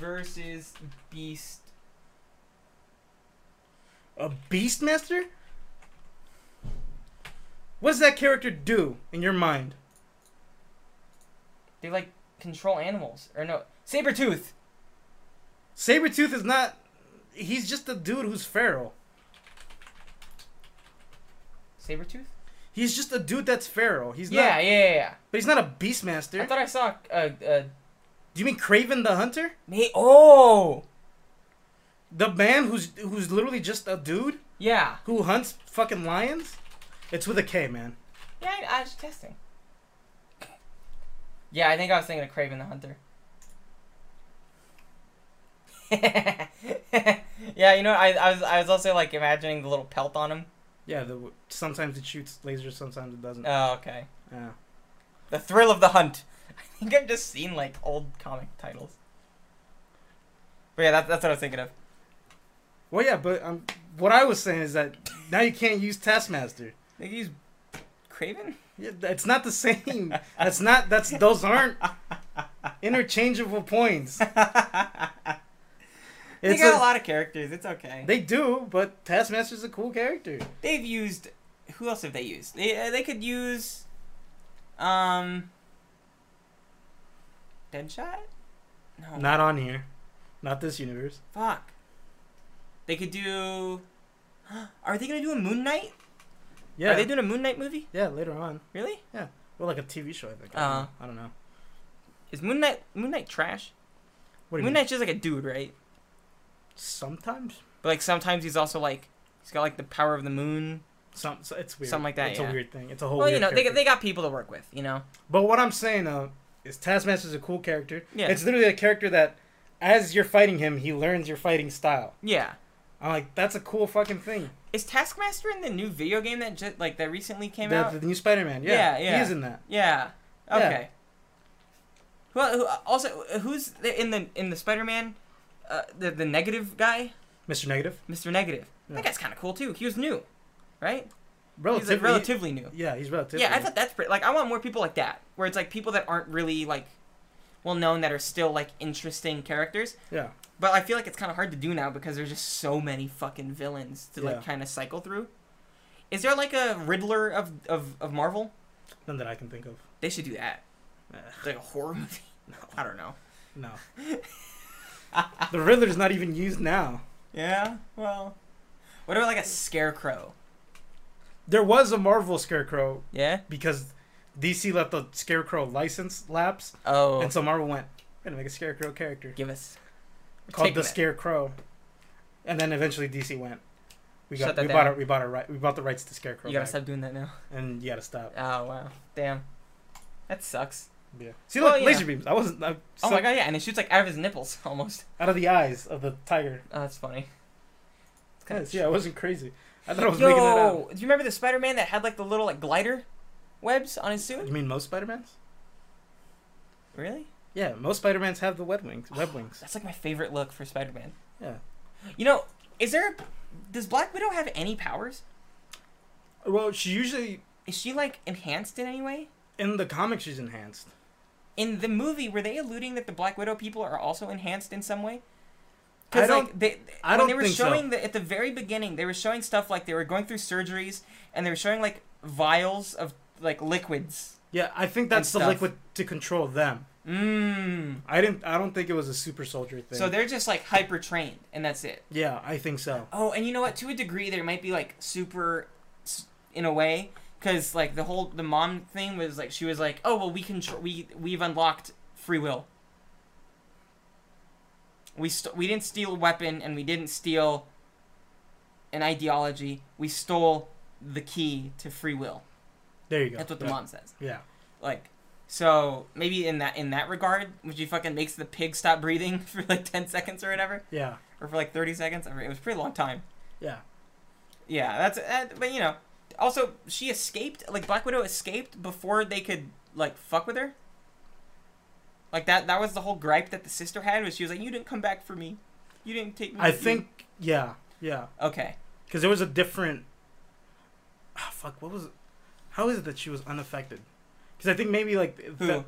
B: versus Beast.
A: A Beastmaster? What does that character do in your mind?
B: They like control animals. Or no, Sabretooth!
A: Sabretooth is not. He's just a dude who's feral.
B: Sabretooth?
A: He's just a dude that's feral. He's
B: Yeah,
A: not.
B: yeah, yeah,
A: But he's not a
B: yeah. I
A: Beastmaster.
B: thought I saw. Uh, uh,
A: do you mean Craven the Hunter?
B: Nate. Oh!
A: The man who's who's literally just a dude
B: Yeah.
A: who hunts fucking lions? It's with a K, man.
B: Yeah, I, I was testing. Yeah, I think I was thinking of Craven the Hunter. yeah, you know, I, I was I was also like imagining the little pelt on him.
A: Yeah, the, sometimes it shoots lasers, sometimes it doesn't.
B: Oh, okay.
A: yeah.
B: The thrill of the hunt. I think I've just seen like old comic titles. But yeah, that's that's what I was thinking of.
A: Well, yeah, but um, what I was saying is that now you can't use Taskmaster.
B: They could use Craven.
A: Yeah, It's not the same. That's not. That's those aren't. Interchangeable points.
B: they
A: It's
B: got
A: a-
B: a lot of characters. It's okay.
A: they do, but Taskmaster's a cool character.
B: They, have used. Who else have they used? They uh, they could use. Um. Deadshot. No.
A: Not on here. Not this universe.
B: Fuck. They could do. Are they gonna do a Moon Knight?
A: Yeah.
B: Are they doing a Moon Knight movie?
A: yeah, later on.
B: Really?
A: Well, like a TV show, I think. I don't
B: Uh.
A: know. I don't know.
B: Is Moon Knight Moon Knight trash?
A: What do you
B: Moon
A: mean?
B: Knight's just like a dude, right?
A: Sometimes?
B: But like sometimes he's also like he's got like the power of the moon.
A: Some, so it's weird.
B: Something like that,
A: It's a
B: yeah.
A: weird thing. It's a whole
B: well,
A: weird
B: you know they,
A: Oh, character.
B: they got people to work with, you know.
A: But what I'm saying though is Taskmaster's a cool character.
B: Yeah.
A: It's literally a character that as you're fighting him, he learns your fighting style.
B: Yeah.
A: I'm like, that's a cool fucking thing.
B: Is Taskmaster in the new video game that just like that recently came
A: the,
B: out?
A: the new Spider Man,
B: Yeah,
A: yeah.
B: yeah.
A: He is in that.
B: Yeah.
A: Yeah.
B: Okay. Well, who, uh, also who's the- in the in the Spider-Man, uh, the the negative guy,
A: Mr. Negative.
B: Mr. Negative.
A: Yeah.
B: That guy's kind of cool too. He was new, right?
A: Relatively.
B: He's like relatively new.
A: Yeah, he's relatively.
B: Yeah, I thought that's pretty. Like, I want more people like that, where it's like people that aren't really like well known that are still like interesting characters.
A: Yeah.
B: But I feel like it's kind of hard to do now because there's just so many fucking villains to
A: Yeah.
B: like kind of cycle through. Is there like a Riddler of of of Marvel?
A: None that I can think of.
B: They should do that.
A: Eh,
B: Like a horror movie. I don't know.
A: No. the Riddler's not even used now.
B: Yeah, well. What about like a scarecrow?
A: There was a Marvel Scarecrow
B: Yeah?
A: because DC let the Scarecrow license lapse,
B: Oh.
A: and so Marvel went, "We're gonna make a Scarecrow character
B: give us. We're
A: called
B: taking
A: the
B: it.
A: Scarecrow," and then eventually DC went, "We
B: Shut
A: got
B: that
A: we bought
B: down.
A: our, we bought our right we bought the rights to Scarecrow,
B: You gotta
A: back,
B: stop doing that now.
A: and you gotta stop."
B: Oh, wow. Damn. That sucks.
A: Yeah. See,
B: Well,
A: look,
B: yeah.
A: laser beams. I wasn't. I,
B: Oh my god, yeah, and it shoots like out of his nipples almost.
A: Out of the eyes of the tiger.
B: Oh, that's funny. It's kinda
A: Yes, yeah, I wasn't crazy. I thought I was
B: Yo,
A: making it up.
B: do you remember the Spider-Man that had like the little like glider webs on his
A: You
B: suit?
A: mean most Spider Mans?
B: Really?
A: Yeah, most Spider Mans have the web wings. Web wings.
B: That's like my favorite look for Spider-Man.
A: Yeah.
B: You know, is there? Does Black Widow have any powers?
A: Well, she usually
B: Is she like enhanced in any way?
A: in the comic she's enhanced.
B: In the movie, were they alluding that the Black Widow people are also enhanced in some way?
A: I
B: Because
A: don't-
B: like they,
A: I
B: when
A: don't
B: they were
A: think so.
B: showing the, at the very beginning, they were showing stuff like they were going through surgeries and they were showing like vials of like liquids.
A: Yeah, I think that's the
B: stuff.
A: liquid to control them.
B: Mmm.
A: I didn't. I don't think it was a super soldier thing.
B: So they're just like hyper trained, and that's it.
A: yeah, I think so.
B: Oh, and you know what? To a degree, there might be like super, s- in a way, because like the whole the mom thing was like she was like, oh well, we control we we've unlocked free will. We st- we didn't steal a weapon and we didn't steal an ideology. We stole the key to free will.
A: There you go.
B: That's what the
A: yeah.
B: mom says.
A: Yeah,
B: Like, so maybe in that in that regard, when she fucking makes the pig stop breathing for like ten seconds or whatever
A: yeah,
B: or for like 30 seconds. I mean, it was a pretty long time.
A: yeah.
B: Yeah, that's that, but you know, also she escaped. Like Black Widow escaped before they could like fuck with her. Like that that was the whole gripe that the sister had was she was like, "You didn't come back for me. You didn't take me."
A: I
B: with you."
A: think yeah, yeah.
B: okay.
A: Because there was a different. Ah, fuck. What was? How is it that she was unaffected? Because I think maybe like
B: Who?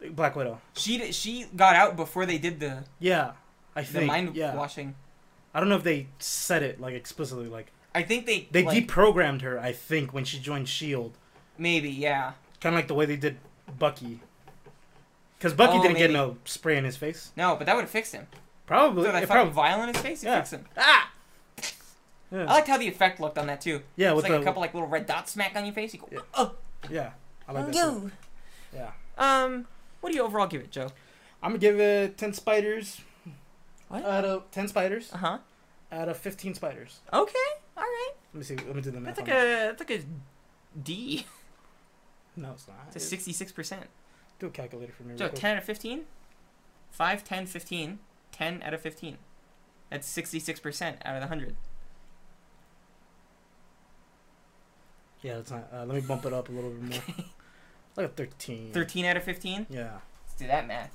A: the- Black Widow.
B: She did, she got out before they did the
A: Yeah, I
B: the
A: think.
B: mind
A: yeah.
B: washing.
A: I don't know if they said it like explicitly. Like
B: I think they
A: they
B: like,
A: deprogrammed her. I think when she joined Shield.
B: maybe yeah.
A: Kind of like the way they did Bucky. Because Bucky
B: Oh,
A: didn't get
B: maybe.
A: no spray in his face.
B: No, but that would have fixed him.
A: Probably.
B: So that
A: it
B: fucking
A: prob-
B: vial in his face, it
A: Yeah.
B: fixed him.
A: ah!
B: I
A: Yeah,
B: liked how the effect looked on that too.
A: yeah
B: it's
A: with
B: like
A: the.
B: a couple like little red dots smack on your face. You go,
A: Yeah.
B: oh,
A: yeah, I like that. too.
B: you.
A: Yeah.
B: Um, what do you overall give it, Joe?
A: I'm going to give it 10 spiders.
B: What?
A: Out of 10 spiders
B: Uh huh.
A: out of 15 spiders.
B: Okay. All right.
A: Let me see. Let me do the math.
B: That's like
A: on that.
B: a that's like a D.
A: No, it's not.
B: It's a sixty six percent.
A: Do a calculator for me.
B: Joe,
A: Real quick.
B: ten out of fifteen. Five, 10, 15. 10 out of fifteen. That's sixty six percent out of the hundred.
A: Yeah, that's not. Uh, let me bump it up a little bit more. like a 13.
B: Thirteen out of fifteen.
A: Yeah.
B: Let's do that math.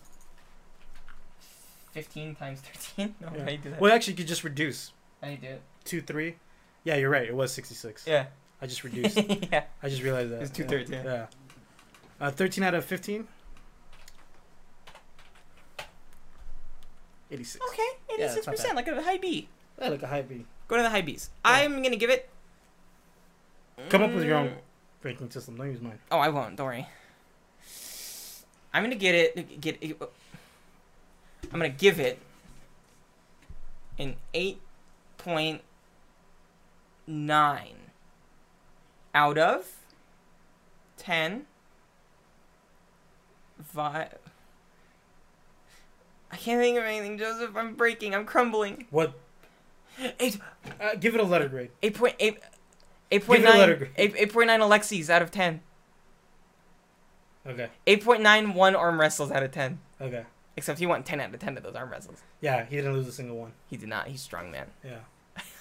B: Fifteen times thirteen. No,
A: Yeah.
B: I do that.
A: Well, actually, you could just reduce
B: How do you do it?
A: 2, 3. Yeah, you're right. It was 66.
B: Yeah.
A: I just reduced.
B: yeah.
A: I just realized that. Uh,
B: It's two-thirds, yeah.
A: Yeah. Uh, 13 out of 15? 86.
B: Okay,
A: Yeah,
B: eighty-six
A: that's not
B: percent,
A: bad.
B: like a high B.
A: Yeah, like a high B.
B: Go to the high Bs.
A: Yeah.
B: I'm gonna give it.
A: Come up with your own
B: Mm,
A: ranking system. Don't use mine.
B: Oh, I won't. Don't worry. I'm gonna get it. Get. it- I'm gonna give it an eight point nine out of ten. Vi. I can't think of anything, Joseph. I'm breaking. I'm crumbling.
A: What?
B: Eight
A: Uh, give it a letter grade.
B: Eight point eight.
A: Give it a letter
B: 8.9
A: grade.
B: 8, 8.9 Alexis out of 10.
A: Okay.
B: 8.91 arm wrestles out of 10.
A: Okay.
B: Except he won 10 out of 10 of those arm wrestles.
A: Yeah, he didn't lose a single one.
B: He did not. He's strong, man.
A: Yeah.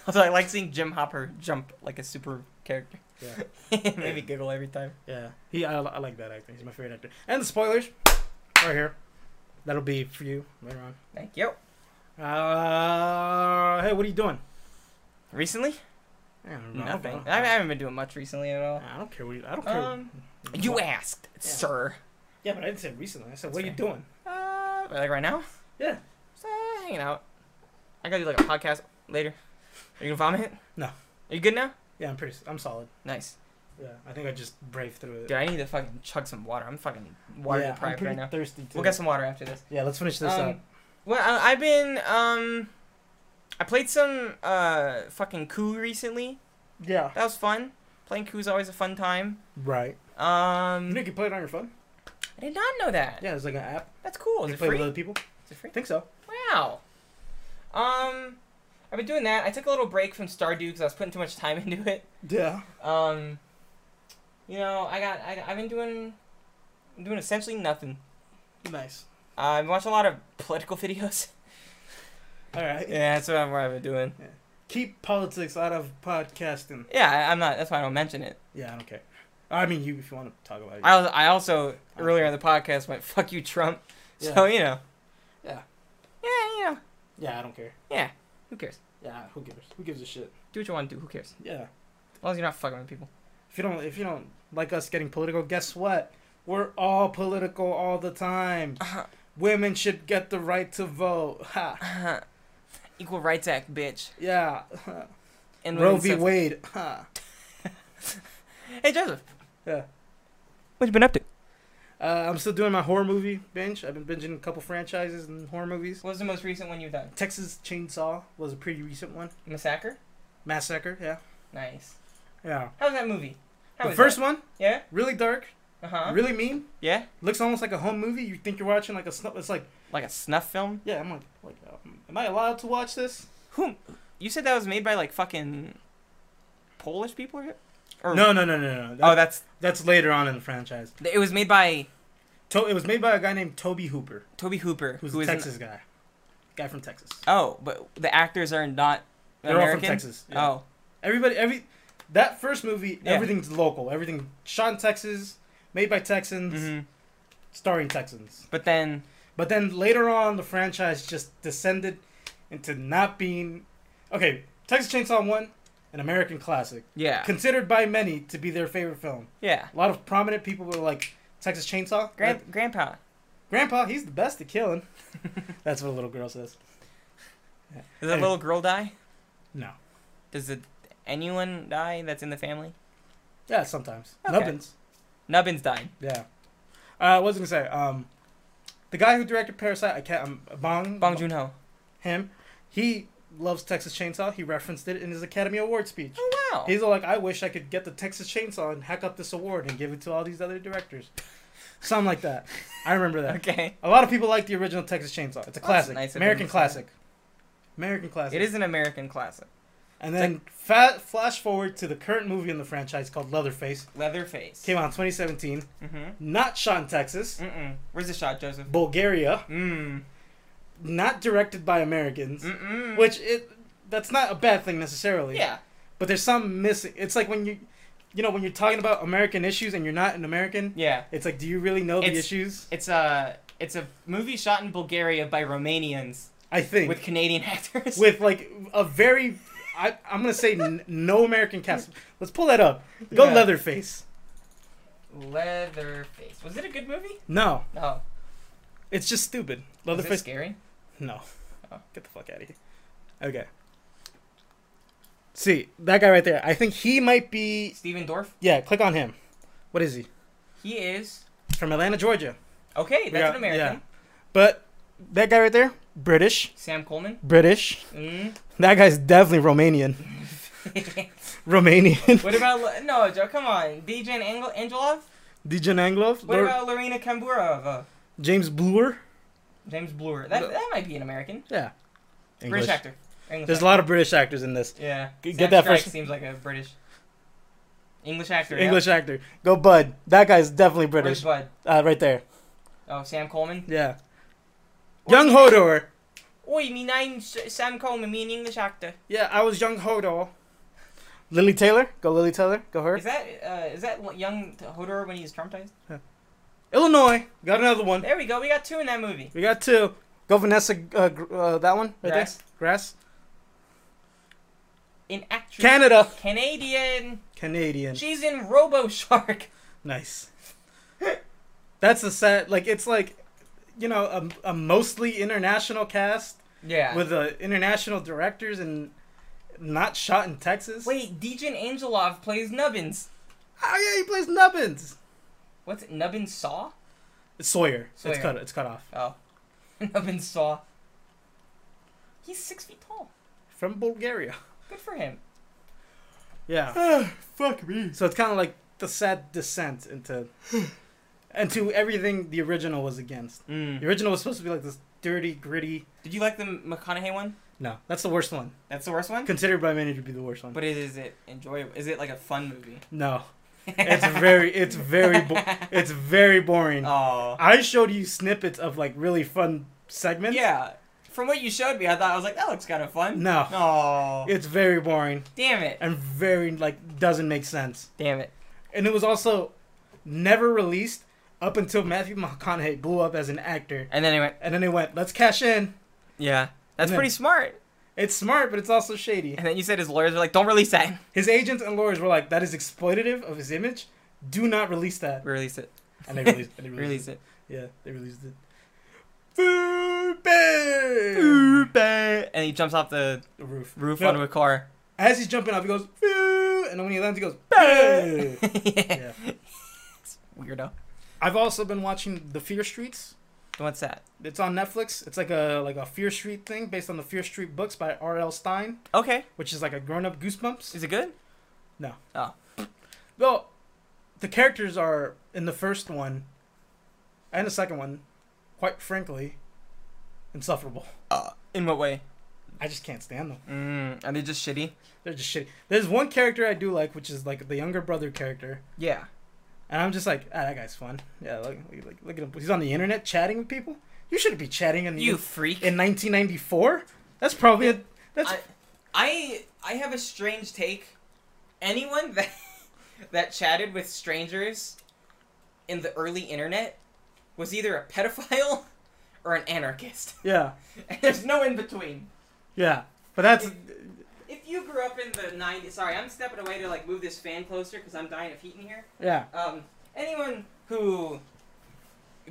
B: Also, I like seeing Jim Hopper jump like a super character.
A: Yeah.
B: Made me giggle every time.
A: Yeah. He. I, I like that actor. He's my favorite actor. And the spoilers, right here. That'll be for you later on.
B: Thank you.
A: Uh, hey, what are you doing?
B: Recently?
A: I don't know.
B: Nothing. I
A: I don't,
B: haven't been doing much recently at all.
A: I don't care what you. I don't care.
B: Um, you asked, sir.
A: Yeah, but I didn't say recently. I said, what are you
B: That's
A: doing?
B: Uh, like right now?
A: Yeah.
B: Just, uh, hanging out. I gotta do like a podcast later. Are you gonna vomit?
A: No.
B: Are you good now?
A: Yeah, I'm pretty. I'm solid.
B: Nice.
A: Yeah, I think I just braved through it.
B: Dude, I need to fucking chug some water. I'm fucking water
A: yeah, I'm
B: deprived
A: pretty
B: right now.
A: thirsty too.
B: We'll get some water after this.
A: yeah, let's finish this
B: Um,
A: up.
B: Well, I, I've been um, I played some uh fucking coup recently.
A: Yeah.
B: That was fun. Playing coup's always a fun time.
A: Right. You
B: Um,
A: know you can play it on your phone.
B: I did not know that.
A: Yeah, there's like an app.
B: That's cool. Oh, Is
A: you can
B: it
A: play
B: free?
A: with other people.
B: Is it free?
A: I think so.
B: Wow. Um, I've been doing that. I took a little break from Stardew because I was putting too much time into it.
A: Yeah.
B: Um, you know, I got I, I've been doing doing essentially nothing.
A: Nice.
B: Uh, I've watched a lot of political videos.
A: All right.
B: yeah, that's what I've, what I've been doing.
A: Keep politics out of podcasting.
B: Yeah, I, I'm not. That's why I don't mention it.
A: Yeah, I don't care. I mean, you if you want to talk about it.
B: I, was- I also earlier in the podcast went fuck you Trump. So you know.
A: Yeah.
B: Yeah, you know.
A: yeah, I don't care.
B: Who cares?
A: Yeah, who gives? Who gives a shit?
B: Do what you want to do. Who cares?
A: Yeah.
B: As long as you're not fucking with people.
A: If you don't, if you don't like us getting political, guess what? We're all political all the time.
B: Uh-huh.
A: Women should get the right to vote. Ha.
B: Equal Rights Act, bitch.
A: Yeah.
B: And
A: Roe
B: women's
A: v.
B: suff-
A: Wade. Ha.
B: Hey Joseph,
A: Yeah.
B: what you been up to?
A: Uh, I'm still doing my horror movie binge. I've been binging a couple franchises and horror movies.
B: What was the most recent one you've done?
A: Texas Chainsaw was a pretty recent one.
B: Massacre.
A: Massacre, yeah.
B: Nice.
A: Yeah.
B: How was that movie? How
A: the
B: was
A: first
B: that?
A: one,
B: Yeah.
A: really dark,
B: Uh huh.
A: really mean.
B: Yeah.
A: Looks almost like a home movie. You think you're watching like a snuff. It's like,
B: Like a snuff film.
A: yeah, I'm like, like um, am I allowed to watch this?
B: Who? You said that was made by like fucking Polish people or? or
A: No, no, no, no, no. That,
B: Oh, that's.
A: that's later on in the franchise.
B: It was made by
A: To- it was made by a guy named Toby Hooper,
B: Toby Hooper,
A: who's
B: who
A: a
B: is an
A: Texas guy. Guy from Texas.
B: Oh, but the actors are not
A: They're
B: American.
A: all from Texas. yeah.
B: Oh,
A: Everybody, every that first movie,
B: Yeah.
A: everything's local. Everything shot in Texas, made by Texans,
B: hmm
A: starring Texans.
B: but then
A: But then later on, the franchise just descended into not being okay. Texas Chainsaw One, an American classic,
B: yeah,
A: considered by many to be their favorite film.
B: yeah.
A: A lot of prominent people were like Texas Chainsaw.
B: Grand
A: Like,
B: grandpa.
A: Grandpa, he's the best at killing. That's what a little girl says.
B: Does that
A: Hey.
B: little girl die?
A: No.
B: Does it, anyone die that's in the family?
A: Yeah, sometimes.
B: Okay.
A: Nubbins.
B: Nubbins died.
A: Yeah. Uh, I was gonna say, um, the guy who directed Parasite, I can't. Um, Bong.
B: Bong Joon Ho.
A: Him. He loves Texas Chainsaw. He referenced it in his Academy Award speech.
B: Oh wow.
A: He's all like, I wish I could get the Texas Chainsaw and hack up this award and give it to all these other directors. Something like that. I remember that.
B: okay.
A: A lot of people like the original Texas Chainsaw. It's a classic.
B: nice of
A: American
B: him to say.
A: classic. American classic.
B: It is an American classic.
A: And then fa- flash forward to the current movie in the franchise called Leatherface.
B: Leatherface.
A: Came out in 2017.
B: Mm-hmm.
A: Not shot in Texas.
B: Mm-mm. Where's the shot, Joseph?
A: Bulgaria.
B: Mm.
A: Not directed by Americans.
B: Mm-mm.
A: Which it that's not a bad thing necessarily.
B: Mm-hmm. Yeah.
A: But there's some missing. It's like when you you know when you're talking about American issues and you're not an American.
B: Yeah.
A: It's like, do you really know the
B: It's-
A: issues?
B: It's a it's a movie shot in Bulgaria by Romanians
A: I think
B: with
A: with,
B: Canadian actors.
A: like a very, I, I'm gonna say n- no American cast. Let's pull that up. Go
B: Yeah.
A: Leatherface.
B: Leatherface. Was it a good movie?
A: No,
B: No.
A: it's just stupid.
B: Was it Oh.
A: Leatherface.
B: scary?
A: No, Get the fuck out of here. Okay. See, that guy right there. I think he might be.
B: Steven Dorff.
A: Yeah, click on him. What is he?
B: He is
A: From Atlanta, Georgia.
B: okay. That's
A: Yeah,
B: an American.
A: But that guy right there, British.
B: Sam Coleman.
A: British.
B: Mm.
A: That guy's definitely Romanian. Romanian.
B: what about Lo- no Joe? Come on, Dejan Angel- Angelov.
A: Dijan Anglov.
B: What
A: Lor-
B: about Lorena Kamburova?
A: James Bluer.
B: James Bluer. That,
A: No.
B: that might be an American.
A: Yeah.
B: British actor. English
A: There's a
B: actor.
A: lot of British actors in this.
B: Yeah.
A: G-
B: Sam
A: get that
B: Strike
A: first-
B: seems like a British. English actor. yeah.
A: English actor. Go Bud. That guy's definitely British.
B: Where's Bud?
A: Uh, right there.
B: Oh, Sam Coleman.
A: Yeah. Young Hodor.
B: Oi, me name's Sam Coleman. Me an English actor.
A: Yeah, I was young Hodor. Lily Taylor. Go Lily Taylor. Go her.
B: Is that uh, is that l- young Hodor when he's traumatized?
A: Illinois. Got another one.
B: There we go. We got two in that movie.
A: We got two. Go Vanessa. Uh, gr- uh, that one right
B: Grass.
A: there. Grass.
B: In actress.
A: Canada.
B: Canadian.
A: Canadian.
B: She's in Robo Shark.
A: Nice. That's the set. Like it's like, you know, a, a mostly international cast
B: Yeah.
A: with uh, international directors and not shot in Texas.
B: Wait, Dejan Angelov plays Nubbins.
A: Oh yeah, he plays Nubbins.
B: What's it? Nubbins Saw?
A: It's Sawyer.
B: Sawyer.
A: It's cut. It's cut off
B: Oh. Nubbins Saw. He's six feet tall.
A: from Bulgaria.
B: Good for him.
A: Yeah.
C: Fuck me.
A: So it's kind of like the sad descent into into everything the original was against. The original was supposed to be like this dirty, gritty.
B: Mm. Did you like the McConaughey one?
A: No, that's the worst one.
B: That's the worst one?
A: Considered by many to be the worst one.
B: But it, is it enjoyable? Is it like a fun movie?
A: No, it's very, it's very, bo- it's very boring.
B: Oh.
A: I showed you snippets of like really fun segments.
B: Yeah. From what you showed me, I thought I was like, that looks kind of fun.
A: No.
B: No.
A: It's very boring
B: Damn it.
A: and very like doesn't make sense.
B: Damn it.
A: And it was also never released up until Matthew McConaughey blew up as an actor.
B: And then he went,
A: And then they went, let's cash in.
B: yeah. That's
A: And then-
B: pretty smart.
A: It's smart, but it's also shady.
B: And then you said his lawyers were like, don't release that.
A: His agents and lawyers were like, that is exploitative of his image. Do not release that.
B: Release it.
A: And they released, and they released,
B: Release it.
A: it. Yeah, they released it. Food
B: Mm.
A: bang!
B: And he jumps off the
A: The roof.
B: roof
A: No.
B: onto a car.
A: As he's jumping off, he goes, "Boo!" and then when he lands, he goes, "Boo!"
B: yeah.
A: Yeah.
B: Weirdo.
A: I've also been watching The Fear Streets.
B: What's that?
A: It's on Netflix. It's like a like a Fear Street thing based on the Fear Street books by R.L. Stein,
B: Okay.
A: which is like a grown up Goosebumps.
B: Is it good?
A: Well, the characters are in the first one and the second one, quite frankly, insufferable.
B: In what way?
A: I just can't stand them.
B: Mm, are they just shitty?
A: They're just shitty. There's one character I do like, which is like the younger brother character,
B: Yeah.
A: and I'm just like, ah, that guy's fun. Yeah, look, look, look, look at him. He's on the internet chatting with people. You shouldn't be chatting in the
B: You freak.
A: in 1994. That's probably a that's
B: I, I I have a strange take. Anyone that that chatted with strangers in the early internet was either a pedophile or an anarchist.
A: yeah
B: And there's no in between.
A: yeah. But that's
B: If you grew up in the 90s, sorry, I'm stepping away to like move this fan closer because I'm dying of heat in here.
A: yeah.
B: Um, anyone who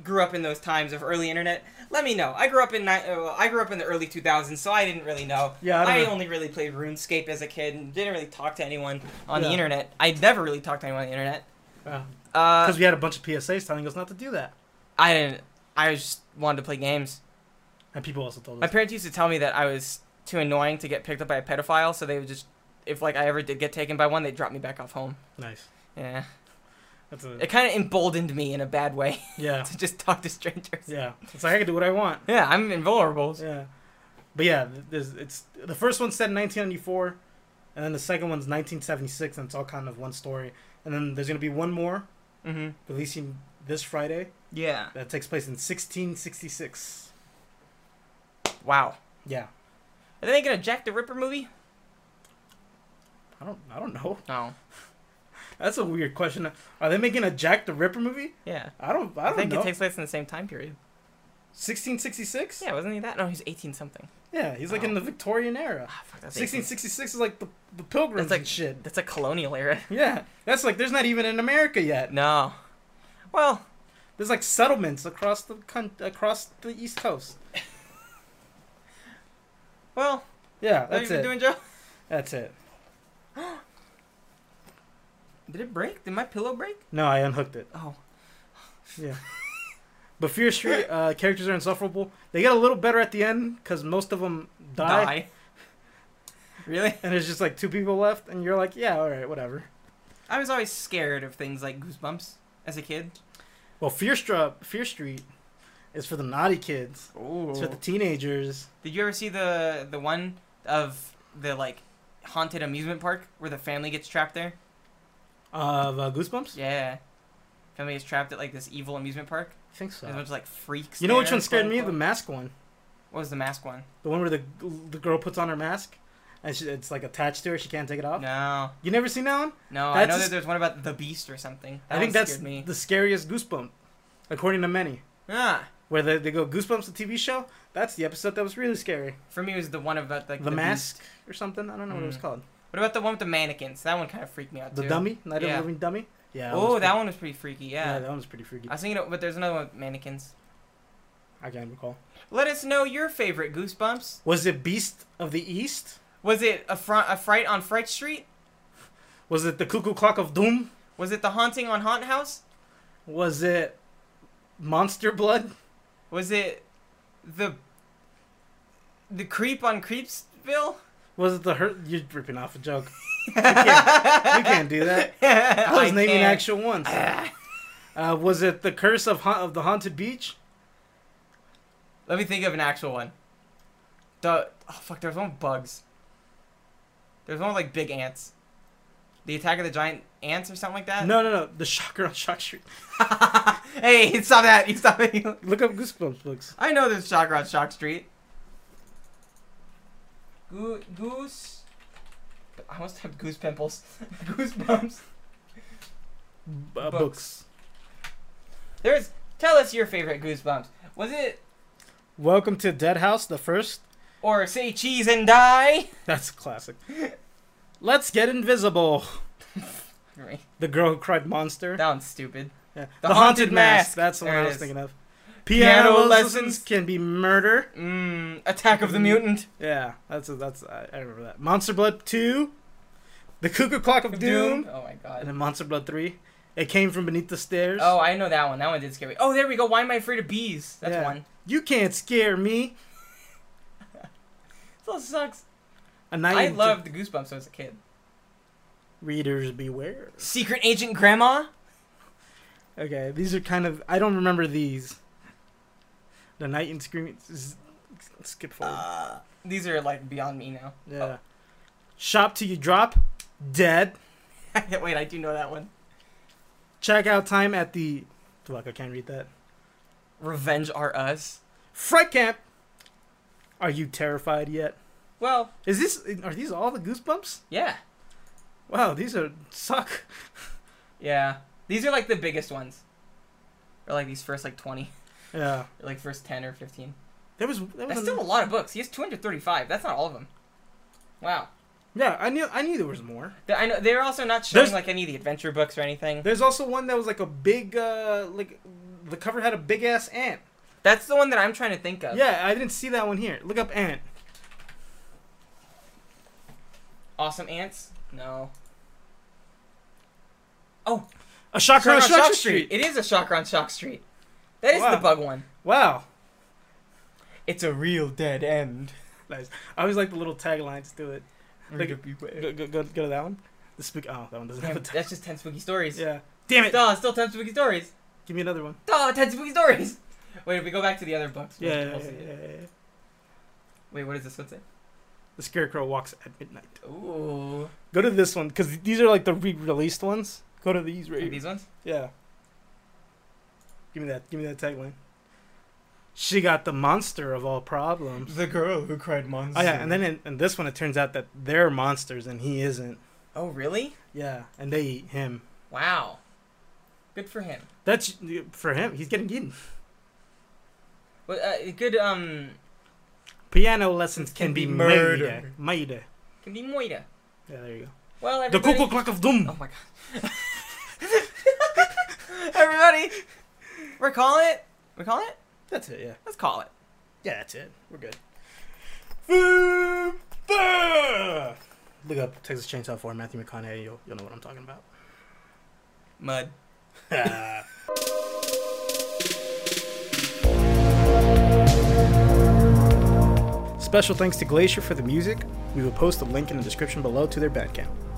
B: grew up in those times of early internet, let me know. I grew up in ni- uh, I grew up in the early 2000s, so I didn't really know.
A: Yeah, I don't
B: I,
A: know.
B: only really played RuneScape as a kid and didn't really talk to anyone on
A: Yeah.
B: the internet. I never really talked to anyone on the internet.
A: Because
B: Uh,
A: we had a bunch of PSAs telling us not to do that,
B: I didn't. I just wanted to play games.
A: and people also told
B: My
A: us.
B: parents used to tell me that I was too annoying to get picked up by a pedophile, so they would just, if like I ever did get taken by one, they'd drop me back off home.
A: Nice.
B: Yeah,
A: That's a
B: it kind of emboldened me in a bad way
A: yeah
B: to just talk to strangers.
A: yeah. It's like I can do what I want.
B: Yeah, I'm invulnerable.
A: Yeah. But yeah, th- there's, it's the first one said 1994, and then the second one's 1976, and it's all kind of one story. And then there's gonna be one more
B: Mm-hmm.
A: releasing this Friday
B: Yeah.
A: that takes place in 1666.
B: Wow.
A: Yeah,
B: Are they making a Jack the Ripper movie?
A: I don't I don't know.
B: No.
A: That's a weird question. Are they making a Jack the Ripper movie?
B: Yeah.
A: I don't I
B: I,
A: don't
B: think
A: know.
B: it takes place in the same time period.
A: 1666.
B: Yeah, wasn't he that? No, he's 18 something.
A: Yeah, he's like in the Victorian era.
B: Ah, fuck, that's 18.
A: 1666 is like the the pilgrims
B: That's like-
A: and shit.
B: That's a colonial era.
A: Yeah, that's like there's not even in America yet.
B: No. Well,
A: There's like settlements across the con- across the East Coast.
B: Well,
A: Yeah,
B: that's
A: that's
B: you been
A: it.
B: doing, Joe?
A: That's it.
B: Did it break? Did my pillow break?
A: No, I unhooked it.
B: Oh,
A: Yeah. But Fear Street uh, characters are insufferable. They get a little better at the end because most of them die,
B: die. really?
A: and there's just like two people left, and you're like, yeah, all right, whatever.
B: I was always scared of things like goosebumps as a kid.
A: Well, Fear, Stra- Fear Street is for the naughty kids.
B: Oh.
A: It's for the teenagers.
B: Did you ever see the the one of the like haunted amusement park where the family gets trapped there?
A: Of uh, Goosebumps?
B: Yeah. Family gets trapped at like this evil amusement park.
A: I think
B: There's a
A: so.
B: bunch of like freaks.
A: You know which
B: there,
A: one scared
B: quote,
A: me? The
B: unquote.
A: mask one.
B: What was the mask one?
A: The one where the the girl puts on her mask, and she, it's like attached to her. She can't take it off.
B: No,
A: You never seen that one?
B: no. I
A: That's
B: know
A: a
B: that
A: s-
B: there's one about the beast or something. That
A: I think
B: one
A: that's
B: scared me.
A: the scariest Goosebump, according to many.
B: Ah,
A: Where they, they go Goosebumps the TV show. That's the episode that was really scary.
B: for me it was the one about like
A: the, mask
B: beast.
A: or something. I don't know what it was
B: Mm.
A: called.
B: What about the one with the mannequins? That one kind of freaked me out
A: The
B: too.
A: dummy, Night of
B: Yeah.
A: the Living Dummy. Yeah.
B: oh,
A: was
B: that
A: pretty-
B: one was pretty freaky. Yeah.
A: that one's pretty freaky.
B: I was thinking, of, but there's another one with mannequins.
A: I can't recall.
B: Let us know your favorite Goosebumps.
A: Was it Beast of the East?
B: Was it a, fr- a fright on Fright Street?
A: Was it the Cuckoo Clock of Doom?
B: Was it the haunting on Haunt House?
A: Was it Monster Blood?
B: Was it the the creep on Creepsville?
A: Was it the Hurt? You're ripping off a joke. you, can't, you can't do that. I was naming
B: can't. Ah.
A: actual ones. Uh, was it the Curse of ha- of the Haunted Beach?
B: Let me think of an actual one. The oh fuck, there was one with bugs. There was one with like big ants. The attack of the giant ants or something like that.
A: No, no, no. The Shocker on Shock Street.
B: hey, stop that! You stop it!
A: Look up Goosebumps books.
B: I know there's Shocker on Shock Street. Goo- goose. I almost have goose pimples. Goosebumps.
A: B- uh,
B: Books.
A: books.
B: There's. Tell us your favorite Goosebumps. Was it
A: Welcome to Dead House, the first.
B: or say cheese and die?
A: That's a classic. Let's get invisible. The girl who cried monster.
B: That one's stupid.
A: Yeah.
B: The Haunted Mask.
A: That's the one
B: There
A: I
B: it
A: was
B: is.
A: thinking of.
B: Piano
A: Piano,
B: lessons.
A: lessons. can be murder.
B: Mmm. Attack of the Mutant.
A: Yeah, that's a, that's I, I remember that. Monster Blood two, the Cuckoo Clock of Doom,
B: Oh my
A: and
B: god.
A: then Monster Blood three. It came from beneath the stairs.
B: Oh, I know that one. That one did scare me. Oh, there we go. Why am I afraid of bees? That's
A: Yeah.
B: one.
A: You can't scare me.
B: Still sucks.
A: A
B: I,
A: night. in-
B: loved the Goosebumps as a kid.
A: readers beware.
B: Secret Agent Grandma.
A: Okay, these are kind of I don't remember these. The night in screaming. z- Skip forward.
B: Uh, These are like beyond me now.
A: yeah. Shop till you drop. Dead.
B: Wait, I do know that one.
A: Checkout time at the. Fuck, I can't read that.
B: Revenge Are Us.
A: Fright Camp. Are you terrified yet?
B: Well,
A: Is this are these all the goosebumps?
B: yeah.
A: Wow, these are suck.
B: Yeah. These are like the biggest ones. Or like these first like 20.
A: Yeah.
B: Or like first 10 or 15.
A: There was, there was
B: That's
A: an-
B: still a lot of books. He has 235. That's not all of them. Wow.
A: Yeah, I knew I knew there was more.
B: Th- I know they're also not showing
A: There's-
B: like any of the adventure books or anything.
A: There's also one that was like a big uh like the cover had a big ass ant.
B: That's the one that I'm trying to think of.
A: Yeah, I didn't see that one here. Look up ant.
B: Awesome ants? No.
A: A shocker on Shock,
B: Shock
A: Street.
B: It is a Shocker on Shock Street. That is
A: Wow.
B: the bug one.
A: Wow.
B: It's a real dead end.
A: Nice. I always like the little taglines to it. Reader
B: Damn,
A: Mm-hmm. Go, go, go, go to that one. The spook. Oh, that one doesn't have a tag.
B: that's just 10 spooky stories.
A: Yeah. Damn it.
B: Duh, still 10 spooky stories.
A: Give me another one.
B: Duh, 10 spooky stories. Wait, if we go back to the other books. we'll-
A: Yeah. yeah,
B: we'll see
A: yeah,
B: it.
A: yeah, yeah.
B: Wait, what is this one say?
A: The scarecrow walks at midnight.
B: Ooh.
A: Go to this one because these are like the re-released ones. Go to these right
B: Like
A: here.
B: these ones?
A: Yeah. Give me that. Give me that tagline. She got the monster of all problems.
B: The girl who cried monster.
A: Oh yeah, and then in, in this one it turns out that they're monsters and he isn't.
B: Oh, really?
A: Yeah, and they eat him.
B: Wow. Good for him.
A: That's for him. He's getting eaten.
B: Well, uh, good, um,
A: Piano lessons can,
B: Can
A: be,
B: be
A: murder.
B: murder.
A: Murder.
B: can be Moira.
A: Yeah, there you go.
B: Well,
A: The
B: everybody.
A: Cuckoo Clock of Doom.
B: Oh my god. everybody, we're calling it. We're calling it?
A: That's it. Yeah.
B: Let's call it.
A: Yeah, that's it. We're good. Look up Texas Chainsaw 4, Matthew McConaughey. You'll, you'll know what I'm talking about.
B: Mud.
A: Special thanks to Glacier for the music. We will post a link in the description below to their Bandcamp.